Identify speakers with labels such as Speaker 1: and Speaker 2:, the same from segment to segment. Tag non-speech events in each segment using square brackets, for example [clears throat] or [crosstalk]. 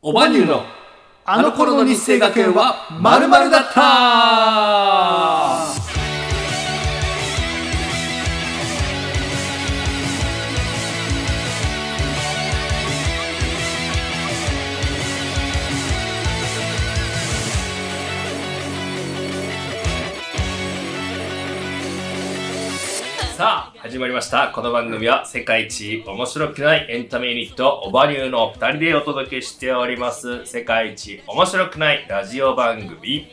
Speaker 1: おばにゅうのあの頃の日生学園はまるだった
Speaker 2: さあ始まりましたこの番組は世界一面白くないエンタメユニットオバリューの2人でお届けしております世界一面白くないラジオ番組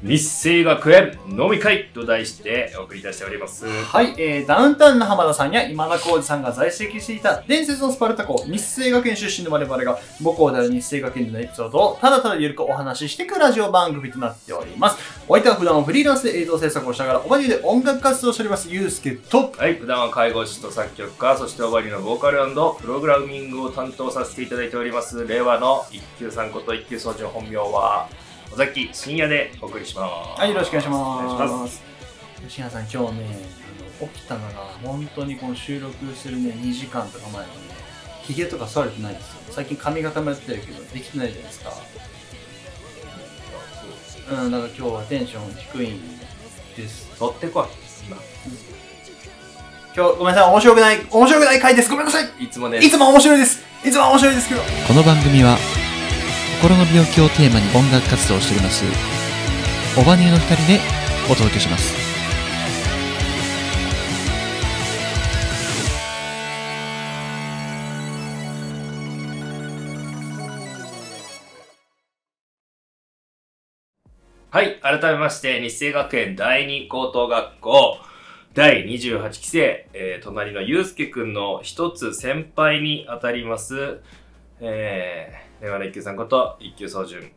Speaker 2: 日清学園飲み会と題してお送りいたしております
Speaker 3: はい、えー、ダウンタウンの浜田さんや今田耕司さんが在籍していた伝説のスパルタ校、日清学園出身の我々が母校である日清学園でのエピソードをただただゆるくお話ししていくラジオ番組となっております。お相手は普段はフリーランスで映像制作をしながら、おばじで音楽活動をしております、ゆうすけと、
Speaker 2: はい普段は介護士と作曲家そしてオバリューのボーカルプログラミングを担当させていただいております令和の一級さんこと一級総長本名は尾崎深也でお送りします
Speaker 3: はい、よろしくお願いし
Speaker 2: お願いし
Speaker 3: ま。
Speaker 2: ます
Speaker 3: 吉野さん、今日ね、あの起きたのが、本当にこの収録するね、2時間とか前のね、ヒゲとか剃れてないんですよ。最近髪型もやってるけど、できてないじゃないですか。うん、なんか今日はテンション低いんです。
Speaker 2: 取ってこい今
Speaker 3: 今日、ごめんなさい、面白くない、面白くない回です。ごめんなさい。
Speaker 2: いつもね
Speaker 3: いつも面白いです。いつも面白いですけど。
Speaker 4: この番組は心の病気をテーマに音楽活動をしておりますオバニューの2人でお届けします
Speaker 2: はい、改めまして、日清学園第二高等学校第28期生、えー隣のゆうすけくんの一つ先輩にあたります、えー、レガの一級さんこと一級総順。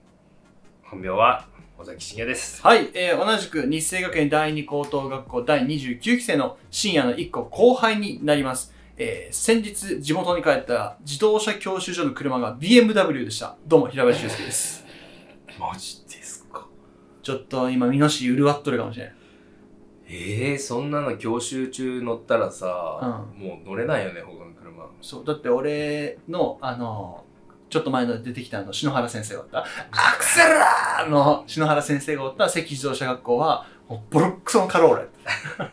Speaker 2: 本名は尾崎信也です。
Speaker 3: はい、えー同じく日清学園第二高等学校第29期生の深夜の1個後輩になります。えー先日地元に帰った自動車教習所の車が BMW でした。どうも、平林俊介
Speaker 2: [laughs]
Speaker 3: です。
Speaker 2: マジですか
Speaker 3: ちょっと今、身のし潤わっとるかもしれない。
Speaker 2: えー、そんなの教習中乗ったらさ、もう乗れないよね、他の車。
Speaker 3: そう、だって俺の、あのちょっと前の出てきたあの、篠原先生がおった、アクセラーの篠原先生がおった関自動車学校は、もうボロックソのカローラやった。
Speaker 2: あ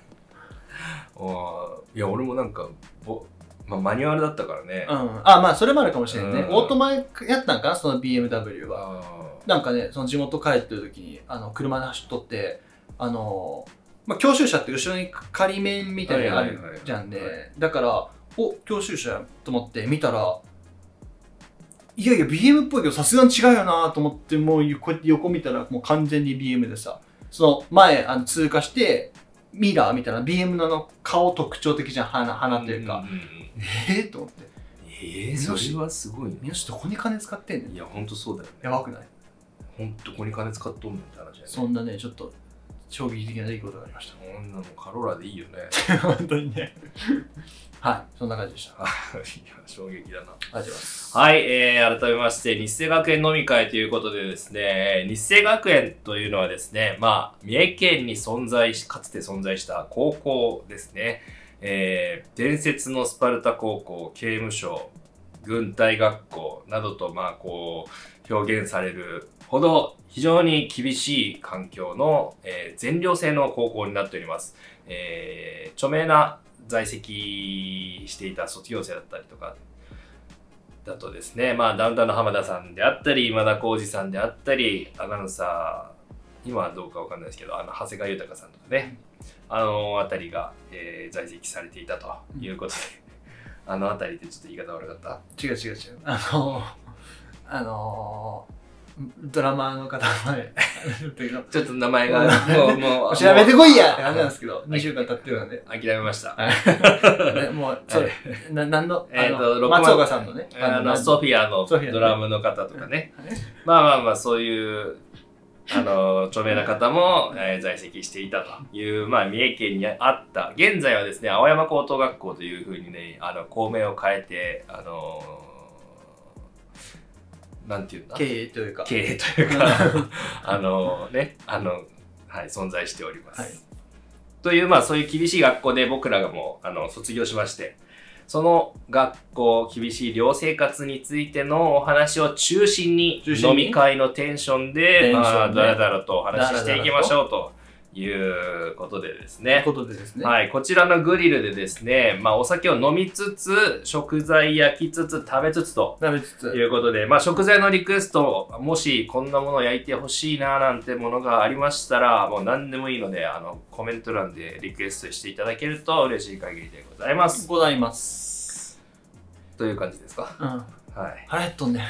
Speaker 2: ーいや、俺もなんか、ぼまあ、マニュアルだったからね。
Speaker 3: うん。あ、まあ、それもあるかもしれないね。
Speaker 2: うん
Speaker 3: オートマやったんかなその BMW は。
Speaker 2: あ
Speaker 3: なんかね、その地元帰ってる時に、あの、車で走っとって、あの、まあ、教習車って後ろに仮面みたいなのある
Speaker 2: はいはいはいはい
Speaker 3: じゃん
Speaker 2: は
Speaker 3: ね。だから、お、教習車やと思って見たら、いやいや、BM っぽいけど、さすがに違うよなと思って、もうよこうやって横見たら、もう完全に BM でさ、その前、あの通過して、ミラーみたいな BM のあの顔特徴的じゃん、鼻、
Speaker 2: ー
Speaker 3: 鼻というか。
Speaker 2: んんん
Speaker 3: えー、と思って。
Speaker 2: ええそれはすごい
Speaker 3: みん
Speaker 2: ね
Speaker 3: な。どこに金使ってんねん。
Speaker 2: いや、ほんとそうだよね。
Speaker 3: やばくない
Speaker 2: ほんとここに金使っとんのって話だよね。
Speaker 3: そんなね、ちょっと、衝撃的な出来事がありました。
Speaker 2: そんなのカローラ [laughs] でいいよね。
Speaker 3: 本当にね。はい、そんな感じでした。あ
Speaker 2: いや、衝撃だ
Speaker 3: り
Speaker 2: な。
Speaker 3: がとうございます。
Speaker 2: はい、えー、改めまして、日清学園飲み会ということでですね、日清学園というのはですね、まあ、三重県に存在し、かつて存在した高校ですね。えー、伝説のスパルタ高校、刑務所、軍隊学校などと、まあ、こう、表現されるほど、非常に厳しい環境の、えー全寮制の高校になっております。えー、著名な在籍していた卒業生だったりとか、だとですね、まあ、ダウンタウンの浜田さんであったり、今田耕司さんであったり、アナウンサー、今はどうかわかんないですけど、あの、長谷川豊さんとかね、あのあたりが、えー在籍されていたということで、 [laughs] あのあたりってちょっと言い方悪かった。
Speaker 3: 違う違う違う。あのあのドラマーの方の前、
Speaker 2: [laughs] ちょっと名前が、もう、も
Speaker 3: [laughs]
Speaker 2: う、
Speaker 3: 調べてこいやって
Speaker 2: も
Speaker 3: 感じなんですけど、2週間経ってるので、
Speaker 2: う諦めました。
Speaker 3: ねもう、それ、ななんの、あ
Speaker 2: えーと
Speaker 3: の
Speaker 2: 六番
Speaker 3: 松岡さんのね、
Speaker 2: あの、
Speaker 3: なん
Speaker 2: ソフィアの
Speaker 3: ソフィアね
Speaker 2: ドラムの方とかね
Speaker 3: はい、
Speaker 2: まあまあまあ、そういう、あの、著名な方も、えー在籍していたという、まあ、三重県にあった、現在はですね、青山高等学校というふうにね、あの、校名を変えて、あのーなんていうんだ
Speaker 3: 経営というか、
Speaker 2: 経営という
Speaker 3: [laughs]
Speaker 2: か、あのね、あの、はい、存在しております。
Speaker 3: はい
Speaker 2: という、まあそういう厳しい学校で僕らがもう、あの、卒業しまして、その学校、厳しい寮生活についてのお話を中心に、
Speaker 3: 中心に
Speaker 2: 飲み会のテンション
Speaker 3: テン
Speaker 2: で、
Speaker 3: ションで
Speaker 2: まあ、だらだらとお話ししていきましょうということでですね。
Speaker 3: ことでですね。
Speaker 2: はい、こちらのグリルでですね、まあ、お酒を飲みつつ、食材焼きつつ、食べつつと
Speaker 3: なべつ
Speaker 2: と
Speaker 3: つ。
Speaker 2: いうことで、まあ、食材のリクエスト、もしこんなものを焼いてほしいななんてものがありましたら、もう何でもいいので、あの、コメント欄でリクエストしていただけると嬉しい限りでございます。
Speaker 3: ございます。
Speaker 2: という感じですか。
Speaker 3: うん。
Speaker 2: はい。
Speaker 3: 腹減っとんね。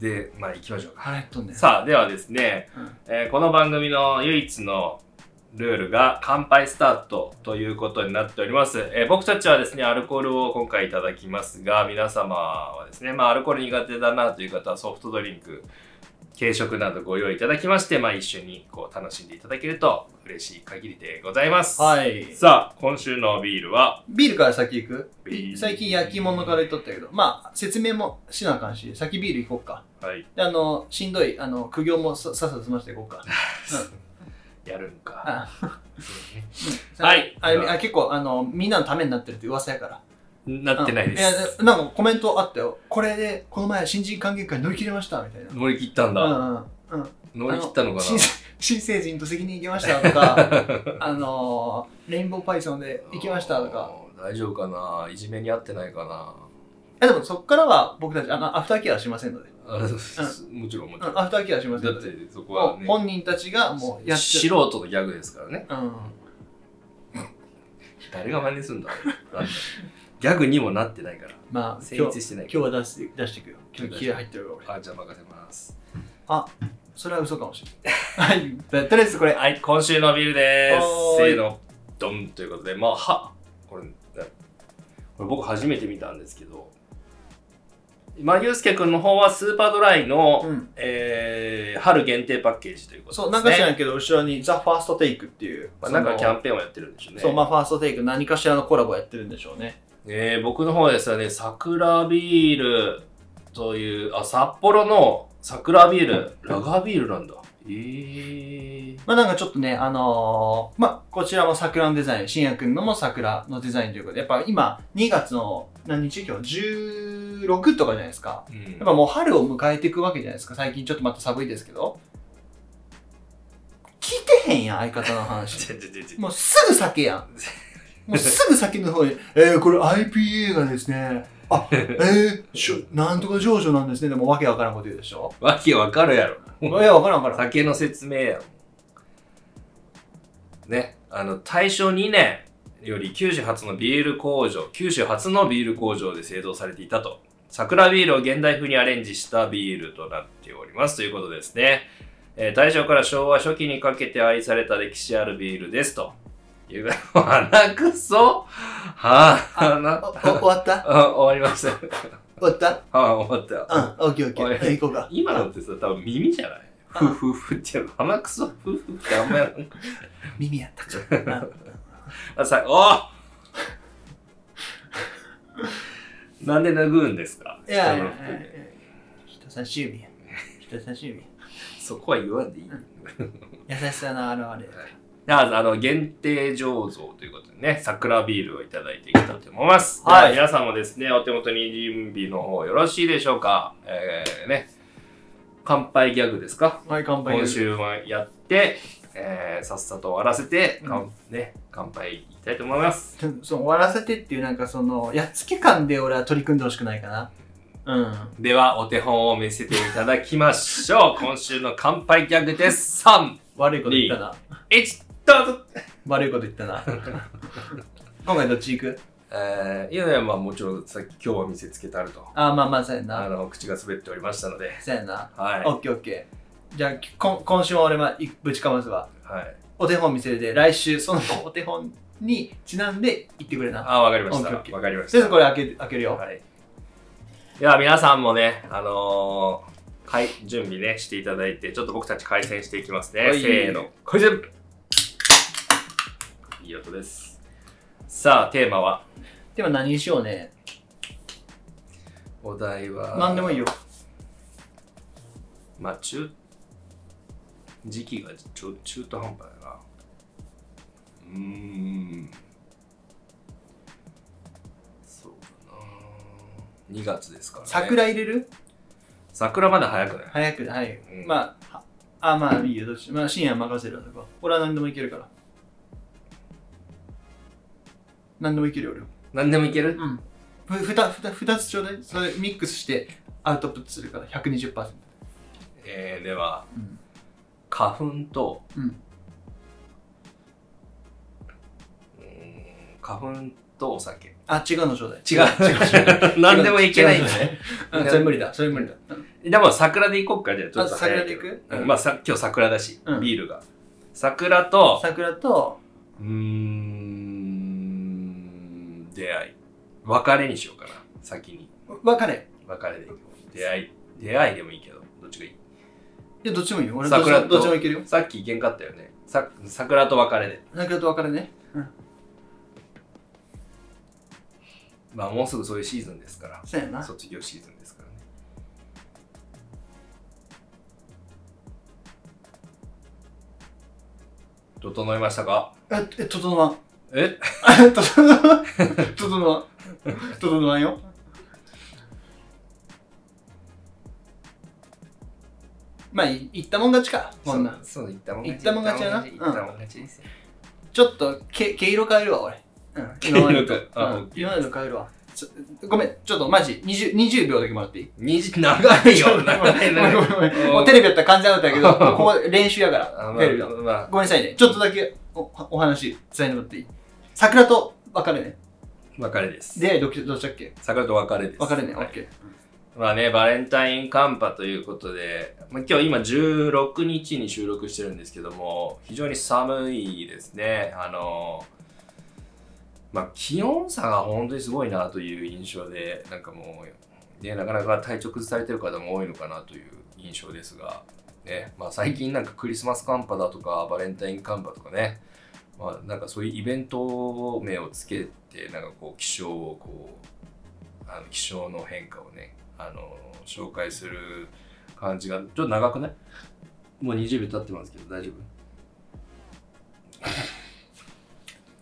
Speaker 2: で、まあ、行きましょうか。
Speaker 3: 腹減っとんね。
Speaker 2: さあ、ではですね、
Speaker 3: うん
Speaker 2: えーこの番組の唯一のルールが乾杯スタートということになっております。えー僕たちはですね、アルコールを今回いただきますが、皆様はですね、まあアルコール苦手だなという方はソフトドリンク、軽食などご用意いただきまして、まあ一緒にこう楽しんでいただけると嬉しい限りでございます。
Speaker 3: はい。
Speaker 2: さあ、今週のビールは、
Speaker 3: ビールから先行く
Speaker 2: ビール
Speaker 3: 最近焼き物から言っとったけど、まあ、説明もしなあかんし、先ビール行こうか。
Speaker 2: はい、
Speaker 3: であの、しんどい、あの、苦行もささっさと済ましていこうか。
Speaker 2: [laughs] やるんか。
Speaker 3: あ
Speaker 2: はい
Speaker 3: ああ結構、あの、みんなのためになってるって噂やから。
Speaker 2: なってないで
Speaker 3: うん
Speaker 2: す。
Speaker 3: やなんかコメントあったよ。これで、この前、新人歓迎会乗り切れました、みたいな。
Speaker 2: 乗り切ったんだ。
Speaker 3: うんうんうん。
Speaker 2: 乗り切ったのかな
Speaker 3: 新新成人と責任行きましたと
Speaker 2: [laughs]
Speaker 3: か、あのー、レインボーパイソンで行きましたとか。
Speaker 2: あー大丈夫かないじめにあってないかな
Speaker 3: えでもそこからは僕たち、あの、アフターケアはしませんので。
Speaker 2: あ [laughs] もちろんも
Speaker 3: う
Speaker 2: ち
Speaker 3: ん
Speaker 2: ろん
Speaker 3: アフターケアはしませ
Speaker 2: だ
Speaker 3: ん
Speaker 2: っ
Speaker 3: ので。
Speaker 2: てそこ
Speaker 3: も
Speaker 2: は
Speaker 3: う
Speaker 2: ね
Speaker 3: 本人たちがもうやって
Speaker 2: 素人のギャグですからね
Speaker 3: うん。
Speaker 2: 誰が真似すんだ [laughs] なんだギャグにもなってないから
Speaker 3: まあ、
Speaker 2: 成
Speaker 3: 今
Speaker 2: 立
Speaker 3: 日、
Speaker 2: してない
Speaker 3: 今日は出して、出していくよ。今日気合入ってるよ、俺。
Speaker 2: あじゃあ任せます
Speaker 3: それは嘘かもしれ
Speaker 2: [laughs]
Speaker 3: ない。はい。ととりあえずこれ、
Speaker 2: はい今週のビールで
Speaker 3: は
Speaker 2: す
Speaker 3: ーい
Speaker 2: せーのドンということでまあはこれこれ僕初めて見たんですけど今ユうスケ君の方はスーパードライの、
Speaker 3: うん。
Speaker 2: えー春限定パッケージということですね
Speaker 3: そう、なんか知らんけど、後ろにザ・ファーストテイクっていう。
Speaker 2: まあ、なんかキャ
Speaker 3: ン
Speaker 2: ンペーンをやってるんでしょうね。
Speaker 3: そう、まあ、ファーストテイク何かしらのコラボやってるんでしょうね。
Speaker 2: えー僕の方はですね、桜ビールという、あ、札幌の桜ビール、ラガービールなんだ。えー、
Speaker 3: まあなんかちょっとね、あのーまあこちらも桜のデザイン、しんやくんのも桜のデザインということで、やっぱ今2月の何日今日 ?16 とかじゃないですか。
Speaker 2: うん [laughs]
Speaker 3: やっぱもう春を迎えていくわけじゃないですか。最近ちょっとまた寒いですけど。聞いてへんやん、相方の
Speaker 2: [laughs]
Speaker 3: 話。
Speaker 2: ちょちょちょちょ
Speaker 3: もうすぐ酒やん。もうすぐ酒の方に、えー、これ IPA がですね、あ、えー、しょなんとか上場なんですね。でもわけわからんこと言うでしょ。
Speaker 2: わけわかるやろ。
Speaker 3: いや、わからんわからん。
Speaker 2: 酒の説明やん。ね、あの、大正2年より九州初のビール工場、九州初のビール工場で製造されていたと。桜ビールを現代風にアレンジしたビールとなっておりますということですね。えー大正から昭和初期にかけて愛された歴史あるビールですと。いう、鼻くそ
Speaker 3: おお
Speaker 2: 鼻、
Speaker 3: 終わった
Speaker 2: あ、終わりました。 [laughs]
Speaker 3: 終わった
Speaker 2: あ、終わったよ。
Speaker 3: うん、オッケーオッケ
Speaker 2: おい
Speaker 3: ー。行こうか。
Speaker 2: 今のってさ、多分耳じゃないふふふって、鼻くそふふってあんまやらん
Speaker 3: 耳や
Speaker 2: [laughs]
Speaker 3: ったか。
Speaker 2: あ
Speaker 3: [laughs]
Speaker 2: さおおなんで拭うんですか
Speaker 3: いやいやいや
Speaker 2: 人の服
Speaker 3: いや
Speaker 2: で。
Speaker 3: 人差し指や。人差し指。
Speaker 2: そこは言わんでいい。
Speaker 3: 優しさの表れ。
Speaker 2: ああの限定醸造ということでね、桜ビールをいただいていきたいと思います。
Speaker 3: はい
Speaker 2: で皆さんもですね、お手元に準備の方よろしいでしょうか。えー、ね、乾杯ギャグですか
Speaker 3: はい、乾杯。
Speaker 2: 今週もやって、えー、さっさと終わらせて、かん
Speaker 3: う
Speaker 2: ね、乾杯いきたいと思います。
Speaker 3: ちょっとその終わらせてっていう、なんかその、やっつけ感で俺は取り組んでほしくないかな。うん。
Speaker 2: では、お手本を見せていただきまし [laughs] ょう。今週の乾杯ギャグです。3、
Speaker 3: 悪いこと言ったな。
Speaker 2: 1、どうぞ
Speaker 3: 悪いこと言った
Speaker 2: [laughs]
Speaker 3: な。今回どっち行く
Speaker 2: えー、いやいや、まあもちろん、さっき今日は見せつけてあると。
Speaker 3: あー、まあまあ、そうや
Speaker 2: あ
Speaker 3: な。
Speaker 2: の、口が滑っておりましたので。
Speaker 3: そうやな。
Speaker 2: はい。
Speaker 3: オッケーオッケー。じゃあ、こん今週は俺は一ぶちかますわ。
Speaker 2: はい。
Speaker 3: お手本見せるで、来週そのお手本にちなんで言ってくれな。
Speaker 2: あ、わかりまし
Speaker 3: オッケーオッ
Speaker 2: た
Speaker 3: ケ。ー
Speaker 2: わかりまし
Speaker 3: とりあえ
Speaker 2: た。
Speaker 3: ずこれ開け開けるよ。
Speaker 2: はい。では、皆さんもね、あのー、かい準備ね、していただいて、ちょっと僕たち回線していきますね。
Speaker 3: はい
Speaker 2: せーの、回線いい音です。さあ、テーマは
Speaker 3: では何にしようね。
Speaker 2: お題は
Speaker 3: 何でもいいよ。
Speaker 2: まあ中時期が中中途半端だなうーんそう2月ですからね。
Speaker 3: 桜入れる
Speaker 2: 桜まだ早くない
Speaker 3: 早く、はい。
Speaker 2: うん
Speaker 3: まあ、はあ、まあいいよ、どっち。まあ深夜任せるわ、そこは。俺は何でもいけるから。何でもいけるよ、俺は。
Speaker 2: 何でもいける
Speaker 3: うん。ふふたふた二つちょうだい。それミックスしてアウトプットするから、120%。
Speaker 2: えー、では、
Speaker 3: うん
Speaker 2: 花粉と、
Speaker 3: うん
Speaker 2: うーん花粉とお酒。
Speaker 3: あ、違うのちょうだい。
Speaker 2: 違う、違う。 [laughs] 何でもいけないんだね。
Speaker 3: うんそれ無理だ。それ無理だ。うん
Speaker 2: でも桜で行こうか、じゃあちょっ
Speaker 3: あ
Speaker 2: と
Speaker 3: 桜
Speaker 2: 早い
Speaker 3: で
Speaker 2: け
Speaker 3: 行
Speaker 2: ど。
Speaker 3: く
Speaker 2: うんまあさ、今日桜だし、
Speaker 3: うん
Speaker 2: ビールが。桜と、
Speaker 3: 桜と、
Speaker 2: うーん、出会い。別れにしようかな、先に。
Speaker 3: 別れ。
Speaker 2: 別れで行こう。出会い、出会いでもいいけど、どっちがいい
Speaker 3: いや、どっちもいいよ。俺どっち
Speaker 2: 桜
Speaker 3: も
Speaker 2: と
Speaker 3: どっちもいけるよ。
Speaker 2: さっき意見かったよね。さ桜と別れで。
Speaker 3: 桜と別れね。
Speaker 2: まあもうすぐそういうシーズンですから。
Speaker 3: そうやな。
Speaker 2: 卒業シーズンですからね。整いましたか
Speaker 3: え、え、整わん。
Speaker 2: え
Speaker 3: 整わん。整わん。整わんよ。まあ、い行ったもん勝ちか。こんなん。
Speaker 2: そう、行ったもん
Speaker 3: 行ったもん勝ちやな
Speaker 2: 行ったもん勝ちですよ。
Speaker 3: ちょっとけ毛色変えるわ、俺。うん、
Speaker 2: 毛色
Speaker 3: 今
Speaker 2: 変え
Speaker 3: までと
Speaker 2: あ
Speaker 3: う
Speaker 2: OK
Speaker 3: ん今までの変えるわ。ちょごめん、ちょっとマジ、20, 20秒だけもらっていい
Speaker 2: 二時長いよ長い
Speaker 3: ごめん
Speaker 2: [laughs]
Speaker 3: ご
Speaker 2: 長
Speaker 3: め
Speaker 2: い
Speaker 3: んごめん。もうテレビやったら完全アウトやけど、ここは練習やか
Speaker 2: あ
Speaker 3: ら、
Speaker 2: ま
Speaker 3: テレビだ
Speaker 2: あ。まあ
Speaker 3: ごめんなさいね。ちょっとだけおお話伝えてもらっていい桜と別れね。
Speaker 2: 別れです。
Speaker 3: 出会いどっちどっちだっけ
Speaker 2: 桜と別れです。
Speaker 3: 別れね。オ
Speaker 2: はい
Speaker 3: ッケー。
Speaker 2: まあね、バレンタインカンパということで、まあ、今日今16日に収録してるんですけども、非常に寒いですね。あの、まあ気温差が本当にすごいなという印象で、なんかもう、ね、なかなか体調崩されてる方も多いのかなという印象ですが、ね、まあ最近なんかクリスマスカンパだとか、バレンタインカンパとかね、まあなんかそういうイベント名をつけて、なんかこう気象をこう、あの気象の変化をね、あの紹介する感じがちょっと長くないもう20秒経ってますけど大丈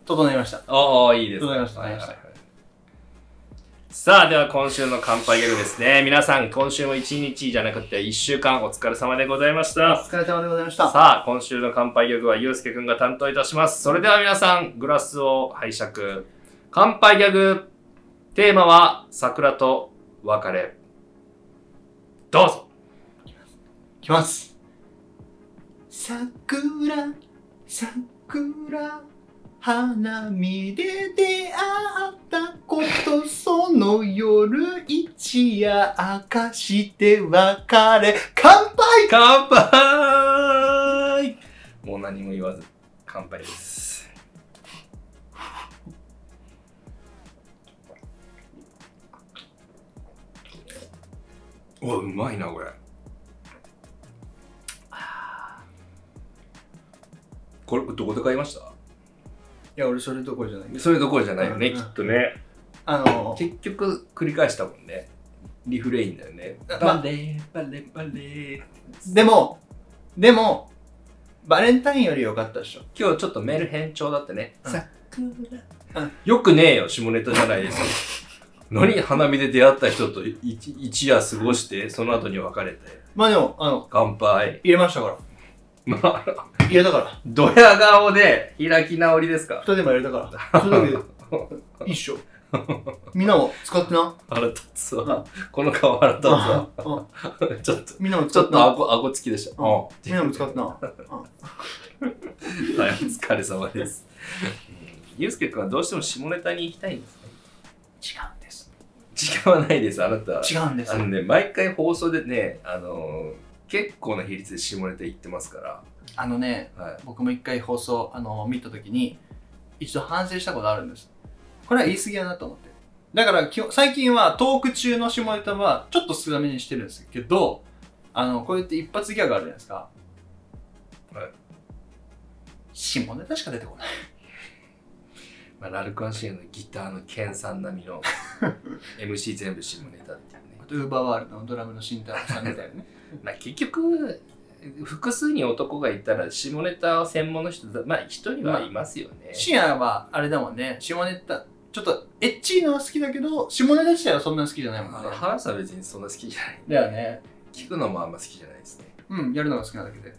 Speaker 3: 整いました。
Speaker 2: 夫ああいいです
Speaker 3: わかりました
Speaker 2: はいはいはい
Speaker 3: わ
Speaker 2: さあでは今週の乾杯ゲームですね皆さん今週も1日じゃなくて1週間お疲れ様でございました
Speaker 3: お疲れ様でございました。
Speaker 2: さあ今週の乾杯ギャグはゆうすけくんが担当いたしますそれでは皆さんグラスを拝借乾杯ギャグテーマは桜と別れどうぞ
Speaker 3: いきます。桜、桜、花見で出会ったこと、その夜一夜明かして別れ、乾杯
Speaker 2: 乾杯もう何も言わず乾杯ですおうまいなこれこれどこで買いました
Speaker 3: いや、俺それどころじゃない。
Speaker 2: それどころじゃないよね、
Speaker 3: うん
Speaker 2: きっとね
Speaker 3: あの、
Speaker 2: 結局繰り返したもんねリフレインだよねバレバレバレ
Speaker 3: でも、でも、バレンタインより良かったでしょ。
Speaker 2: 今日ちょっとメール変調だってね。
Speaker 3: うん
Speaker 2: さ
Speaker 3: うん
Speaker 2: よくねえよ、下ネタじゃないですよ。 [laughs] 何花見で出会った人と一一夜過ごして、その後に別れて、
Speaker 3: まあでも、あの、
Speaker 2: 乾杯。
Speaker 3: 入れましたから。
Speaker 2: まあ、
Speaker 3: 入れたから。
Speaker 2: ドヤ顔で開き直りですか
Speaker 3: 二人も入れた [laughs] から。それだけで、一緒。みんなも使ってな。
Speaker 2: 腹立つわ。この顔腹立つわ。
Speaker 3: うん
Speaker 2: ちょっと、
Speaker 3: みんなも
Speaker 2: ち
Speaker 3: 使
Speaker 2: ょ
Speaker 3: っ
Speaker 2: ってと
Speaker 3: な。
Speaker 2: 顎、顎つきでした。
Speaker 3: うん
Speaker 2: うん
Speaker 3: みんなも使ってな。
Speaker 2: はい、お疲れ様です。うんゆうすけくんはどうしても下ネタに行きたいんですね。
Speaker 3: 違うんです。
Speaker 2: 違わないです、あなた。
Speaker 3: 違うんです
Speaker 2: あ。のね、毎回放送でね、あのー結構な比率で下ネタ言ってますか
Speaker 3: あのね、
Speaker 2: ら、はい、
Speaker 3: 僕も一回放送、あの、見たときに、一度反省したことあるんです。これは言い過ぎだなと思って。だから基本、最近はトーク中の下ネタはちょっと少なめにしてるんですけど、あの、こうやって一発ギャグあるじゃないですか。
Speaker 2: はい
Speaker 3: 下ネタしか出てこない。
Speaker 2: まあ、ラルクアンシェルのギターのケンさん並み [laughs] の MC 全部下ネタっていうね
Speaker 3: ウーバーワールドのドラムの慎太郎さんみたいなね。
Speaker 2: まあ結局複数に男がいたら下ネタ専門の人まあ一人はいますよね、
Speaker 3: 深夜は、あれだもんね、下ネタ、ちょっとエッチーのは好きだけど、下ネタ自体はそんなに好きじゃないもんね。
Speaker 2: 話すは別にそんな好きじゃない。
Speaker 3: だよね。
Speaker 2: 聞くのもあんま好きじゃないですね。
Speaker 3: うん、やるのが好きなだけで。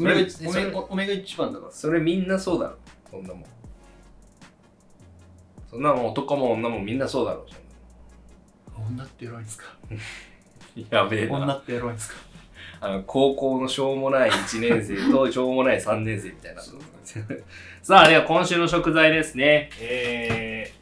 Speaker 3: お
Speaker 2: そ
Speaker 3: めが
Speaker 2: れ
Speaker 3: 一お
Speaker 2: それ
Speaker 3: めおめが一番だから。
Speaker 2: それみんなそうだろ。そんなもん。そんなもん男も女もみんなそうだろ。
Speaker 3: 女ってエロいんですか
Speaker 2: そんなもんやべえ
Speaker 3: 女
Speaker 2: な。
Speaker 3: ってエロいんですか
Speaker 2: あの高校のしょうもない1年生としょうもない3年生みたいな。 [laughs] さあ、では今週の食材ですね。え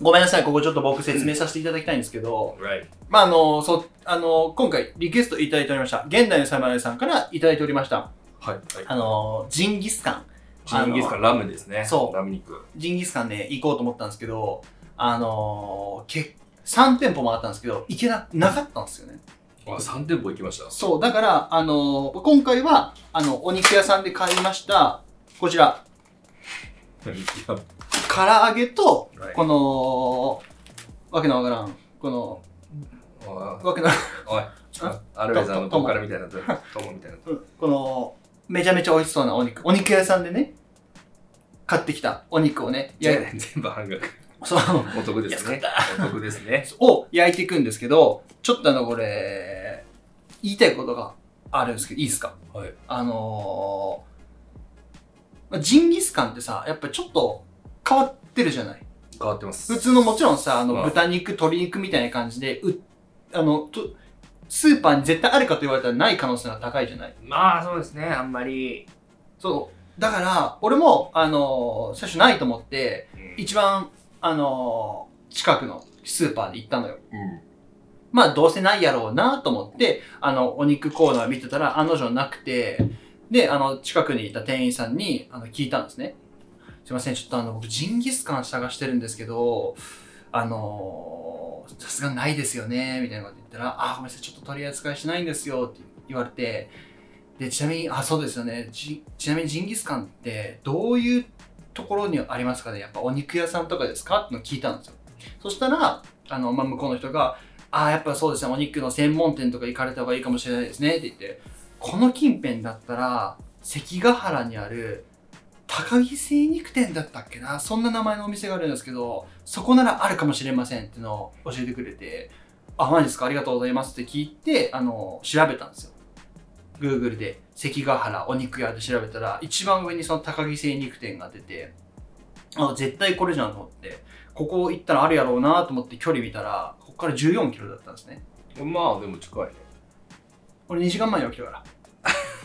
Speaker 3: ごめんなさい、ここちょっと僕説明させていただきたいんですけど、
Speaker 2: ー、right.
Speaker 3: まあ、あの、そう、あの、今回リクエストいただいておりました。現代のサムライさんからいただいておりました。
Speaker 2: はい。
Speaker 3: あの、ジンギスカン。
Speaker 2: ジンギスカンラムですね。
Speaker 3: そう
Speaker 2: ラム肉。
Speaker 3: ジンギスカンね、行こうと思ったんですけど、あのーけ、3店舗もあったんですけど、行けな、なかったんですよね。
Speaker 2: あ、3店舗行きました。
Speaker 3: そう、だから、あのー今回は、あの、お肉屋さんで買いました、こちら、唐揚げと、
Speaker 2: はい
Speaker 3: この、わけのわからん、この、
Speaker 2: お
Speaker 3: わけの、
Speaker 2: い、アルベさんのボーカルみたいなと、トモみたいなと。
Speaker 3: この、めちゃめちゃ美味しそうなお肉、お肉屋さんでね、買ってきたお肉をね、焼い
Speaker 2: 全部半額。
Speaker 3: そう、
Speaker 2: お得ですね。お得ですね。
Speaker 3: を焼いていくんですけど、ちょっとあの、これ、言いたいことがあるんですけど、いいですか
Speaker 2: はい。
Speaker 3: あのーまあジンギスカンってさ、やっぱちょっと変わってるじゃない
Speaker 2: 変わってます。
Speaker 3: 普通のもちろんさ、あの、
Speaker 2: うん
Speaker 3: 豚肉、鶏肉みたいな感じで、う、あの、と、スーパーに絶対あるかと言われたらない可能性が高いじゃない
Speaker 2: まあ、そうですね。あんまり。
Speaker 3: そう。だから、俺も、あのー最初ないと思って、一番、あのー近くのスーパーで行ったのよ。まあどうせないやろうなと思って、あの、お肉コーナー見てたら、案の定なくて、で、あの、近くにいた店員さんに、あの、聞いたんですね。すいません、ちょっとあの、僕、ジンギスカン探してるんですけど、あのーさすがにないですよね、みたいなこと言ったら、あー、ごめんなさい、ちょっと取り扱いしないんですよ、って言われて、で、ちなみに、あ、そうですよね、ちちなみにジンギスカンって、どういうところにありますかねやっぱお肉屋さんとかですかってのを聞いたんですよ。そしたら、あの、まあ、向こうの人が、ああ、やっぱそうですね、お肉の専門店とか行かれた方がいいかもしれないですねって言って、この近辺だったら、関ヶ原にある、高木精肉店だったっけなそんな名前のお店があるんですけど、そこならあるかもしれませんってのを教えてくれて、あ、マジですかありがとうございますって聞いて、あの、調べたんですよ。Google で、関ヶ原お肉屋で調べたら、一番上にその高木精肉店が出て、あ、絶対これじゃんと思って、ここ行ったらあるやろうなと思って距離見たら、ここから14キロだったんですね。
Speaker 2: うん。まあ、でも近いね。
Speaker 3: 俺2時間前に起きたから。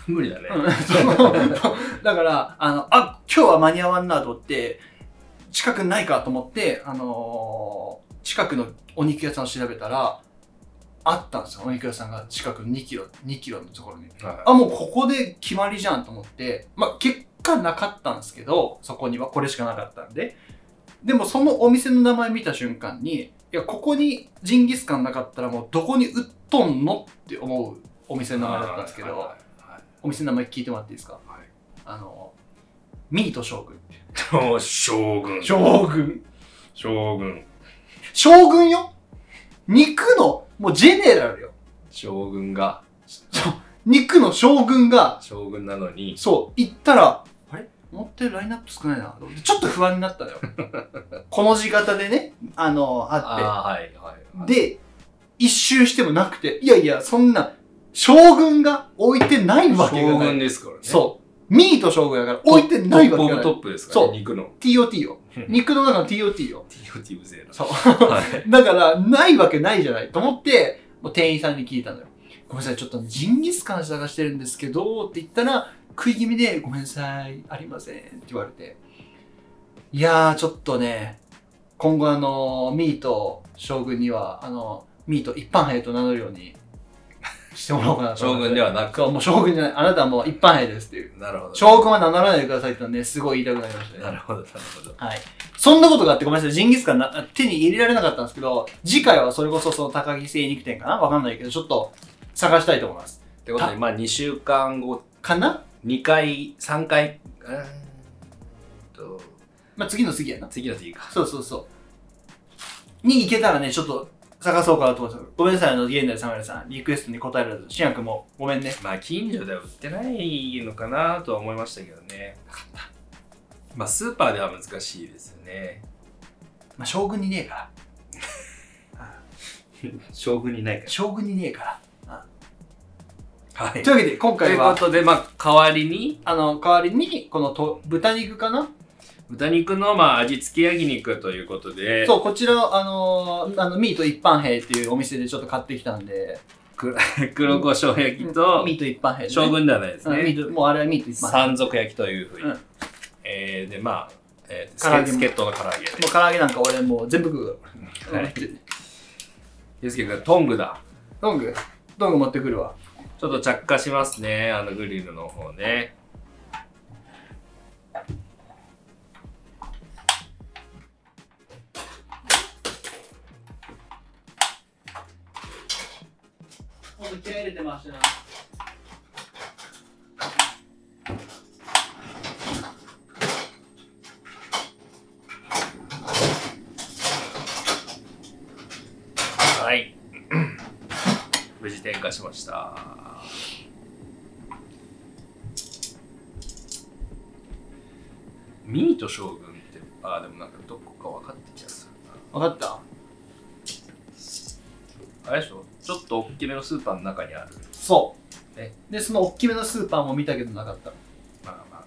Speaker 2: 無理だね。
Speaker 3: うん [laughs] そうだから、あの、あ、今日は間に合わんなと思って、近くないかと思って、あのー近くのお肉屋さんを調べたら、あったんですよ。お肉屋さんが近く2キロ、2キロのところに。
Speaker 2: は
Speaker 3: あ、もうここで決まりじゃんと思って、まあ結果なかったんですけど、そこにはこれしかなかったんで。でもそのお店の名前見た瞬間に、いや、ここにジンギスカンなかったらもうどこに売っとんのって思うお店
Speaker 2: い。
Speaker 3: の名前だったんですけど
Speaker 2: は、い
Speaker 3: お店の名前聞いてもらっていいですか
Speaker 2: はい
Speaker 3: あの、ミート将軍。
Speaker 2: はい。お将軍。
Speaker 3: 将軍
Speaker 2: 将軍。
Speaker 3: 将軍よ肉の、もうジェネラルよ。
Speaker 2: 将軍が、
Speaker 3: そう肉の将軍が、
Speaker 2: 将軍なのに、
Speaker 3: そう、行ったら、あれ思ってるラインナップ少ないなと思って。ちょっと不安になったの
Speaker 2: [laughs]
Speaker 3: よ。この字型でね、あの、あっ
Speaker 2: ああ、はい、はいはい。
Speaker 3: て。で、一周してもなくて、いやいや、そんな、将軍が置いてないわけ
Speaker 2: 将
Speaker 3: がな
Speaker 2: 軍
Speaker 3: い。
Speaker 2: ですからね。
Speaker 3: そう。ミート将軍やから置いてないわけが
Speaker 2: トップオブ
Speaker 3: な
Speaker 2: ト
Speaker 3: い
Speaker 2: ッ。プですからね、
Speaker 3: そう
Speaker 2: 肉の。
Speaker 3: TOT よ。肉の中の TOT よ。
Speaker 2: TOT うぜえな。
Speaker 3: そう。
Speaker 2: はい。
Speaker 3: だから、ないわけないじゃないと思って、もう店員さんに聞いたのよ。ごめんなさい、ちょっとジンギスカン探してるんですけど、って言ったら、食い気味で、ごめんなさい、ありません、って言われて。いやー、ちょっとね、今後あの、ミート将軍には、あの、ミート一般兵と名乗るようにしてもらおうかなと
Speaker 2: 将
Speaker 3: 思って。
Speaker 2: 軍ではなく
Speaker 3: そう、もう将軍じゃない、あなたはもう一般兵ですっていう。
Speaker 2: なるほど。
Speaker 3: 将軍は名乗らないでくださいってのはね、すごい言いたくなりましたね
Speaker 2: な。るほど、なるほど。
Speaker 3: はい。そんなことがあってごめんなさい、ジンギスカンな手に入れられなかったんですけど、次回はそれこそその高木精肉店かなわかんないけど、ちょっと探したいと思います。
Speaker 2: ってことで、まあ、2週間後、
Speaker 3: かな
Speaker 2: 2回、3回、うーんと、
Speaker 3: まあ、次の次やな。
Speaker 2: 次の次か。
Speaker 3: そうそうそう。に行けたらね、ちょっと探そうかなと思ってます。ごめんなさい、あの、現代サムライさん、リクエストに答えられず、しんやくんも、ごめんね。
Speaker 2: まあ、近所では売ってないのかなとは思いましたけどね。まあ、スーパーでは難しいですよね。
Speaker 3: まあ、将軍にねえから。
Speaker 2: 将軍にないか
Speaker 3: 将軍にねえから。
Speaker 2: ら。はい。
Speaker 3: というわけで、今
Speaker 2: とい
Speaker 3: 回
Speaker 2: うこ
Speaker 3: は、
Speaker 2: とで、まあ、代わりに、
Speaker 3: あの、代わりに、このと豚肉かな
Speaker 2: 豚肉の、まあ、味付け焼肉ということで、
Speaker 3: そう、こちら、あのーあの、ミート一般兵っていうお店でちょっと買ってきたんで、
Speaker 2: 黒胡椒焼きと、
Speaker 3: ミート一般兵、ね。
Speaker 2: 将軍ではないです
Speaker 3: うんミ
Speaker 2: ね。
Speaker 3: ート、もうあれはミート一般兵。も
Speaker 2: 山賊焼きというふうに。
Speaker 3: うん
Speaker 2: えーで、まあ、えー、
Speaker 3: 唐揚げも
Speaker 2: スケットの唐揚げ。
Speaker 3: う唐揚げなんか俺もう全部食う。
Speaker 2: はいゆうすけくん、トングだ。
Speaker 3: どんぐ、どんぐ持ってくるわ。
Speaker 2: ちょっと着火しますね、あのグリルの方ね。
Speaker 3: 気合入れてましたな。
Speaker 2: はい。 [clears throat] 無事点火しました。ミート将軍って、ああ、でもなんかどこか分かってきたする
Speaker 3: 分かった
Speaker 2: な。あれでしょちょっと大きめのスーパーの中にある。
Speaker 3: そう
Speaker 2: え。
Speaker 3: で、その大きめのスーパーも見たけどなかった。
Speaker 2: まあまあまあ。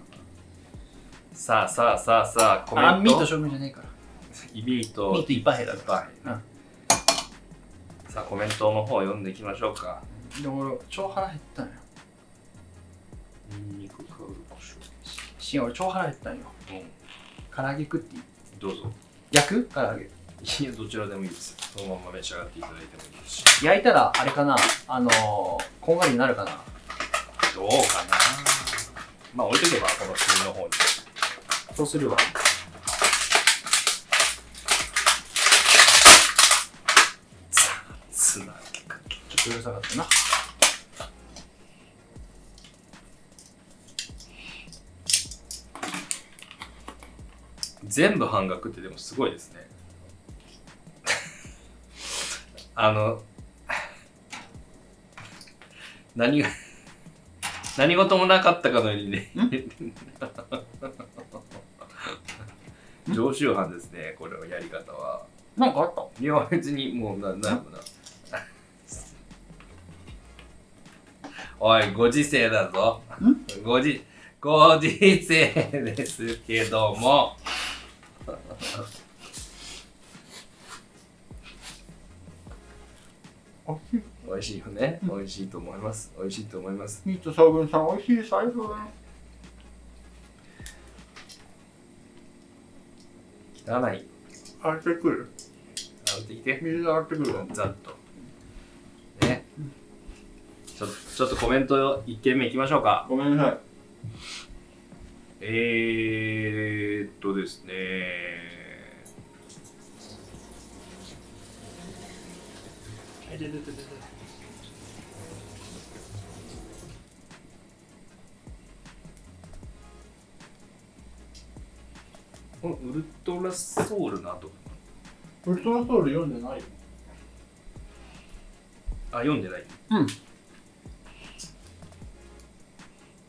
Speaker 2: さあさあさあさあ、コメント。
Speaker 3: あ、ミート将軍じゃねえから。
Speaker 2: ミート
Speaker 3: ミートいっぱいだ
Speaker 2: いっぱい
Speaker 3: うん
Speaker 2: さあ、コメントの方読んでいきましょうか。
Speaker 3: でも俺、超腹減ったんよ。
Speaker 2: ニンニク、香る、胡椒。
Speaker 3: しん、俺超腹減ったんよ。
Speaker 2: う
Speaker 3: 唐揚げ食っていい
Speaker 2: ん、どうぞ。
Speaker 3: 焼く唐揚げ。
Speaker 2: いや、どちらでもいいです。そのまま召し上がっていただいてもいいですし。
Speaker 3: 焼いたら、あれかなあのー、こんがりになるかな
Speaker 2: どうかなまあ、置いとけば、この隅の方に。
Speaker 3: そうするわ。
Speaker 2: つなぎかけ。
Speaker 3: ちょっとうるさかったな。
Speaker 2: 全部半額ってでもすごいですね。 [laughs] あの、何が、何事もなかったかのようにね。 [laughs] 常習犯ですね、これのやり方は。
Speaker 3: なんかあった
Speaker 2: いや、別にもうな、なん [laughs] もな。おい、ご時世だぞ。ごじ、ご時世ですけども。
Speaker 3: おいしい。
Speaker 2: 美味しいよね。美味しいと思います。美味しいと思います。
Speaker 3: ミート将軍さん、おいしい財布。
Speaker 2: 汚い。
Speaker 3: 洗ってくる。
Speaker 2: 洗ってきて。
Speaker 3: 水洗ってくる
Speaker 2: ざっと。ね。ちょっと、ちょっとコメント1件目いきましょうか。
Speaker 3: ごめんなさい。
Speaker 2: えー、っとですね。このウルトラソウルの後
Speaker 1: ウルトラソウル読んでないよ。
Speaker 2: あ読んでない
Speaker 3: うん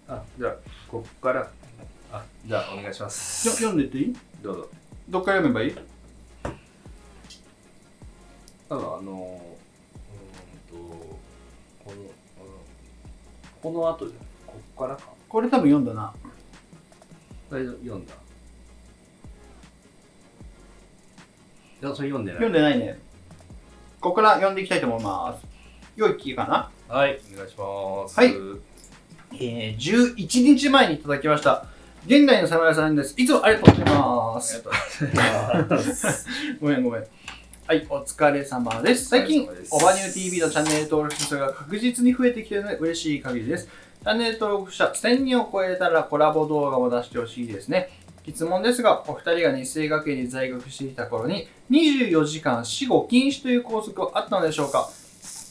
Speaker 2: あじゃあこっからあじゃあお願いします
Speaker 3: じゃ、読んでっていい
Speaker 2: どうぞ
Speaker 3: どっから読めばいい
Speaker 2: ただあのうーんとこのこの後じゃないこっからか
Speaker 3: これ多分読んだな。
Speaker 2: 大丈夫読んだいやそれ読んでない
Speaker 3: 読んでないね。ここから読んでいきたいと思います。よいきかな
Speaker 2: はいお願いします
Speaker 3: はいえー、11日前にいただきました。現代の侍さんです。いつもありがとうございま
Speaker 2: あり
Speaker 3: す。
Speaker 2: がとうございます。
Speaker 3: [laughs] ごめんごめん。はい、お疲れ様です。最近
Speaker 2: お疲れ様で、す
Speaker 3: オバニュー TV のチャンネル登録者が確実に増えてきているので嬉しい限りです。チャンネル登録者1000人を超えたらコラボ動画も出してほしいですね。質問ですが、お二人が日清学園に在学していた頃に、24時間死後禁止という校則はあったのでしょうか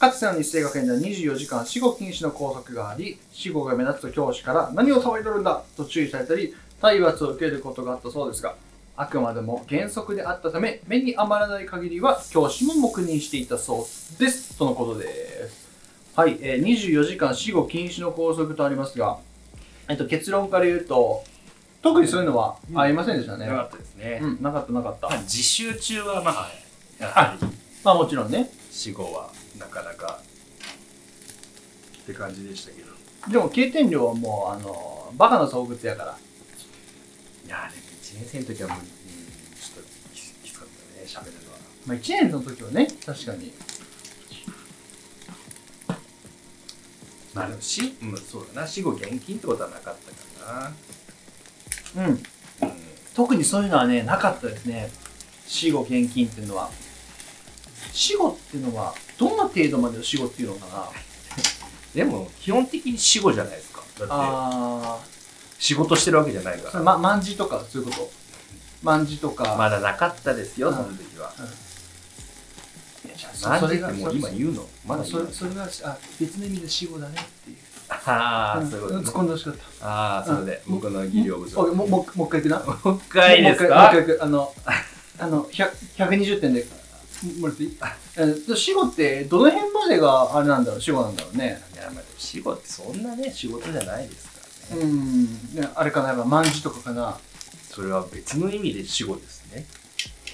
Speaker 3: かつての日清学園では24時間死後禁止の校則があり、死後が目立つと教師から何を触り取るんだと注意されたり、体罰を受けることがあったそうですが、あくまでも原則であったため、目に余らない限りは教師も黙認していたそうです。とのことです。はい、えー24時間死後禁止の拘束とありますが、えっと、結論から言うと、特にそういうのはありませんでしたね
Speaker 2: な。かったですね。
Speaker 3: うん、なかったなかった
Speaker 2: まあ。自習中はまあ、やはり
Speaker 3: まあもちろんね。
Speaker 2: 死後はなかなかって感じでしたけど。
Speaker 3: でも経験量はもう、あの、バカな総物やから。
Speaker 2: いやーでも1年生の時はもう、うん、ちょっときつきつかったね、喋るのは。
Speaker 3: まあ1年の時はね、確かに。
Speaker 2: まあでも死、うん、そうだな、死後現金ってことはなかったか
Speaker 3: うん。
Speaker 2: な。うん。
Speaker 3: 特にそういうのはね、なかったですね。死後現金っていうのは。死後っていうのは、どんな程度までの死後っていうのかな
Speaker 2: でも、基本的に死後じゃないですか。だって、
Speaker 3: あ
Speaker 2: 仕事してるわけじゃないか
Speaker 3: あ、そ
Speaker 2: ら。
Speaker 3: れ、ま、万事とか、そういうこと。万事とか。
Speaker 2: まだなかったですよ、
Speaker 3: うん
Speaker 2: その時は。
Speaker 3: いやじゃあ
Speaker 2: なん
Speaker 3: そ
Speaker 2: で
Speaker 3: れ
Speaker 2: っ
Speaker 3: が
Speaker 2: てもう今
Speaker 3: そ
Speaker 2: 言うのまだ
Speaker 3: そ
Speaker 2: 言う
Speaker 3: れ
Speaker 2: の
Speaker 3: それがあ別の意味で死後だねっていう。
Speaker 2: ああ、そういうこと
Speaker 3: ん
Speaker 2: ね
Speaker 3: 突っ込んでほしかった。
Speaker 2: ああ、それで、僕の技量不
Speaker 3: オッ
Speaker 2: 足。
Speaker 3: ケーもうもうもう一回いくな。
Speaker 2: もう一回いいです
Speaker 3: もう
Speaker 2: か
Speaker 3: 一回もう一回いくあの、あの、100 120点でもらってい
Speaker 2: [laughs]
Speaker 3: いえー死後ってどの辺までがあれなんだろう、死後なんだろうね。
Speaker 2: いや、まあでも死後ってそんなね、仕事じゃないですからね。
Speaker 3: うん、ねあれかな、やっぱ万事とかかな。
Speaker 2: それは別の意味で死後です
Speaker 3: [laughs]
Speaker 2: ね。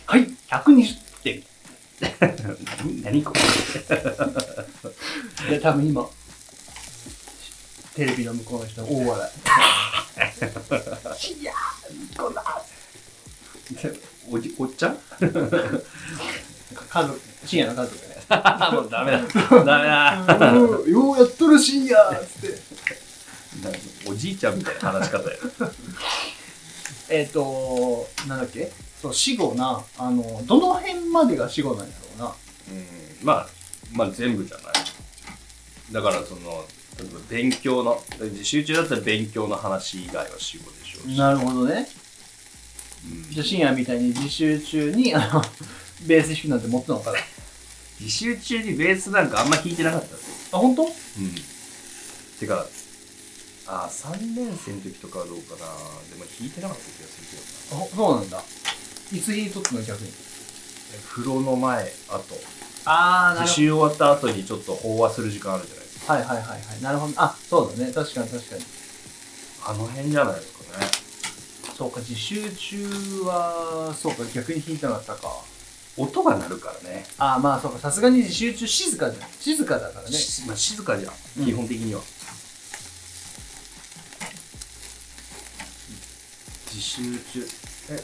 Speaker 3: はい、120点。
Speaker 2: 何何これ
Speaker 3: で、多分今、テレビの向こうの人大笑い。いやー、こんな
Speaker 2: おじおっ [laughs] ちゃん
Speaker 3: 家族、深夜の家族ね。
Speaker 2: もうダメだ。ダメだ。
Speaker 3: うんようやっとる深夜っつって。
Speaker 2: おじいちゃんみたいな話し方や。
Speaker 3: [laughs] えっ、と、なんだっけそう、死後な、あの、どの辺までが死後なんだろうな。
Speaker 2: うん、まあ、まあ全部じゃない。だからその、例えば勉強の、自習中だったら勉強の話以外は死後でしょうし。
Speaker 3: なるほどね。
Speaker 2: うん
Speaker 3: じゃあ深夜みたいに自習中に、あの、 [laughs] ベース弾くなんて持ってたのかな。
Speaker 2: 自習中にベースなんかあんま弾いてなかったんですよ
Speaker 3: あ、本当？
Speaker 2: うん。てか、あ、3年生の時とかはどうかな。でも弾いてなかった気がするけどな。
Speaker 3: あ、そうなんだ。いつにとったの逆に。
Speaker 2: 風呂の前、あと。
Speaker 3: あ
Speaker 2: 自習終わった後にちょっと飽和する時間あるじゃないですか。
Speaker 3: はいはいはいはい。なるほど。あ、そうだね。確かに確かに。
Speaker 2: あの辺じゃないですかね。
Speaker 3: そうか、自習中は、そうか、逆に弾いてなかったか。
Speaker 2: 音が鳴るからね。
Speaker 3: あ、まあそうか、さすがに自習中静かじゃん。静かだからね。
Speaker 2: しまあ、静かじゃん、
Speaker 3: うん
Speaker 2: 基本的には。自習中。え、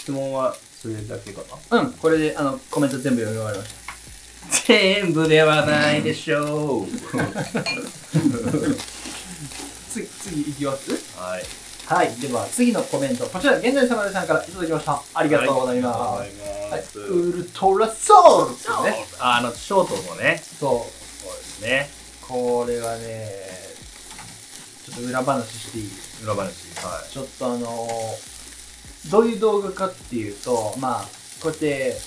Speaker 2: 質問はそれだけかな
Speaker 3: うん、これで、あの、コメント全部読み終わりました。
Speaker 2: 全部ではないでしょう。
Speaker 3: 次、次いきます
Speaker 2: [laughs] はい。
Speaker 3: はい、では次のコメント、こちら、現在様でさんからいただきました。ありがとうございます。はい
Speaker 2: ありがとうございます
Speaker 3: ウルトラソウルですね。
Speaker 2: あの、ショートのね。
Speaker 3: そ
Speaker 2: そうですね。
Speaker 3: う、これはね、ちょっと裏話していい
Speaker 2: 裏話。は
Speaker 3: ちょっとあのどういう動画かっていうと、まあ、こうやって、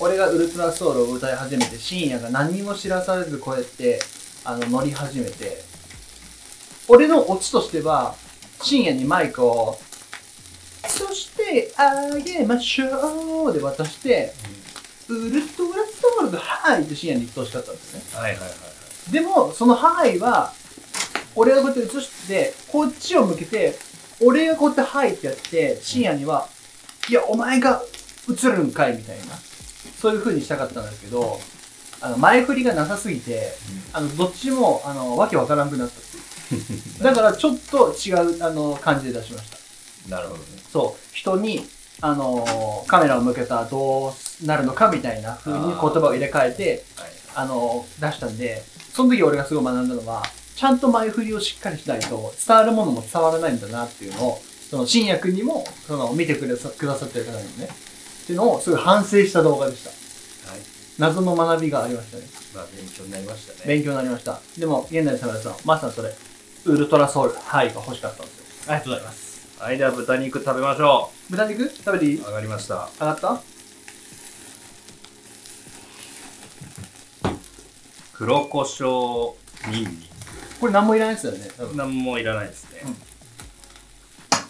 Speaker 3: 俺がウルトラソウルを歌い始めて、深夜が何も知らされずこうやって、あの、乗り始めて、俺のオチとしては、深夜にマイクを、そしてあげましょうで渡して、ウルトラソウルがはいって深夜に言ってほしかったんですね。
Speaker 2: い。はいはいはいはい。
Speaker 3: でも、そのハイは、俺がこうやって映して、こっちを向けて、俺がこうやってハイってやって、深夜には、いや、お前が映るんかいみたいな、そういう風にしたかったんですけど、あの、前振りがなさすぎて、あの、どっちも、あの、わけわからなくなったっていう。だから、ちょっと違う、あの、感じで出しました。
Speaker 2: なるほどね。
Speaker 3: そう、人に、あのカメラを向けたらどうなるのかみたいな風に言葉を入れ替えて、
Speaker 2: はい。
Speaker 3: あの、出したんで、その時俺がすごい学んだのは、ちゃんと前振りをしっかりしないと伝わるものも伝わらないんだなっていうのを、その新薬にも、その見てくれさくださってる方にもね、っていうのをすごい反省した動画でした。
Speaker 2: はい。
Speaker 3: 謎の学びがありましたね。
Speaker 2: まあ、勉強になりましたね。
Speaker 3: 勉強になりました。でも、現代のサムライさん、まさにそれ、ウルトラソウル、はいが欲しかったんですよ。ありがとうございます。
Speaker 2: はい、では豚肉食べましょ。
Speaker 3: 豚肉食べていいう
Speaker 2: 上がりました。
Speaker 3: 上がった
Speaker 2: 黒胡椒、ニンニ
Speaker 3: これ何もいらないですよね、多
Speaker 2: ク。
Speaker 3: 分。
Speaker 2: なんもいらないですね。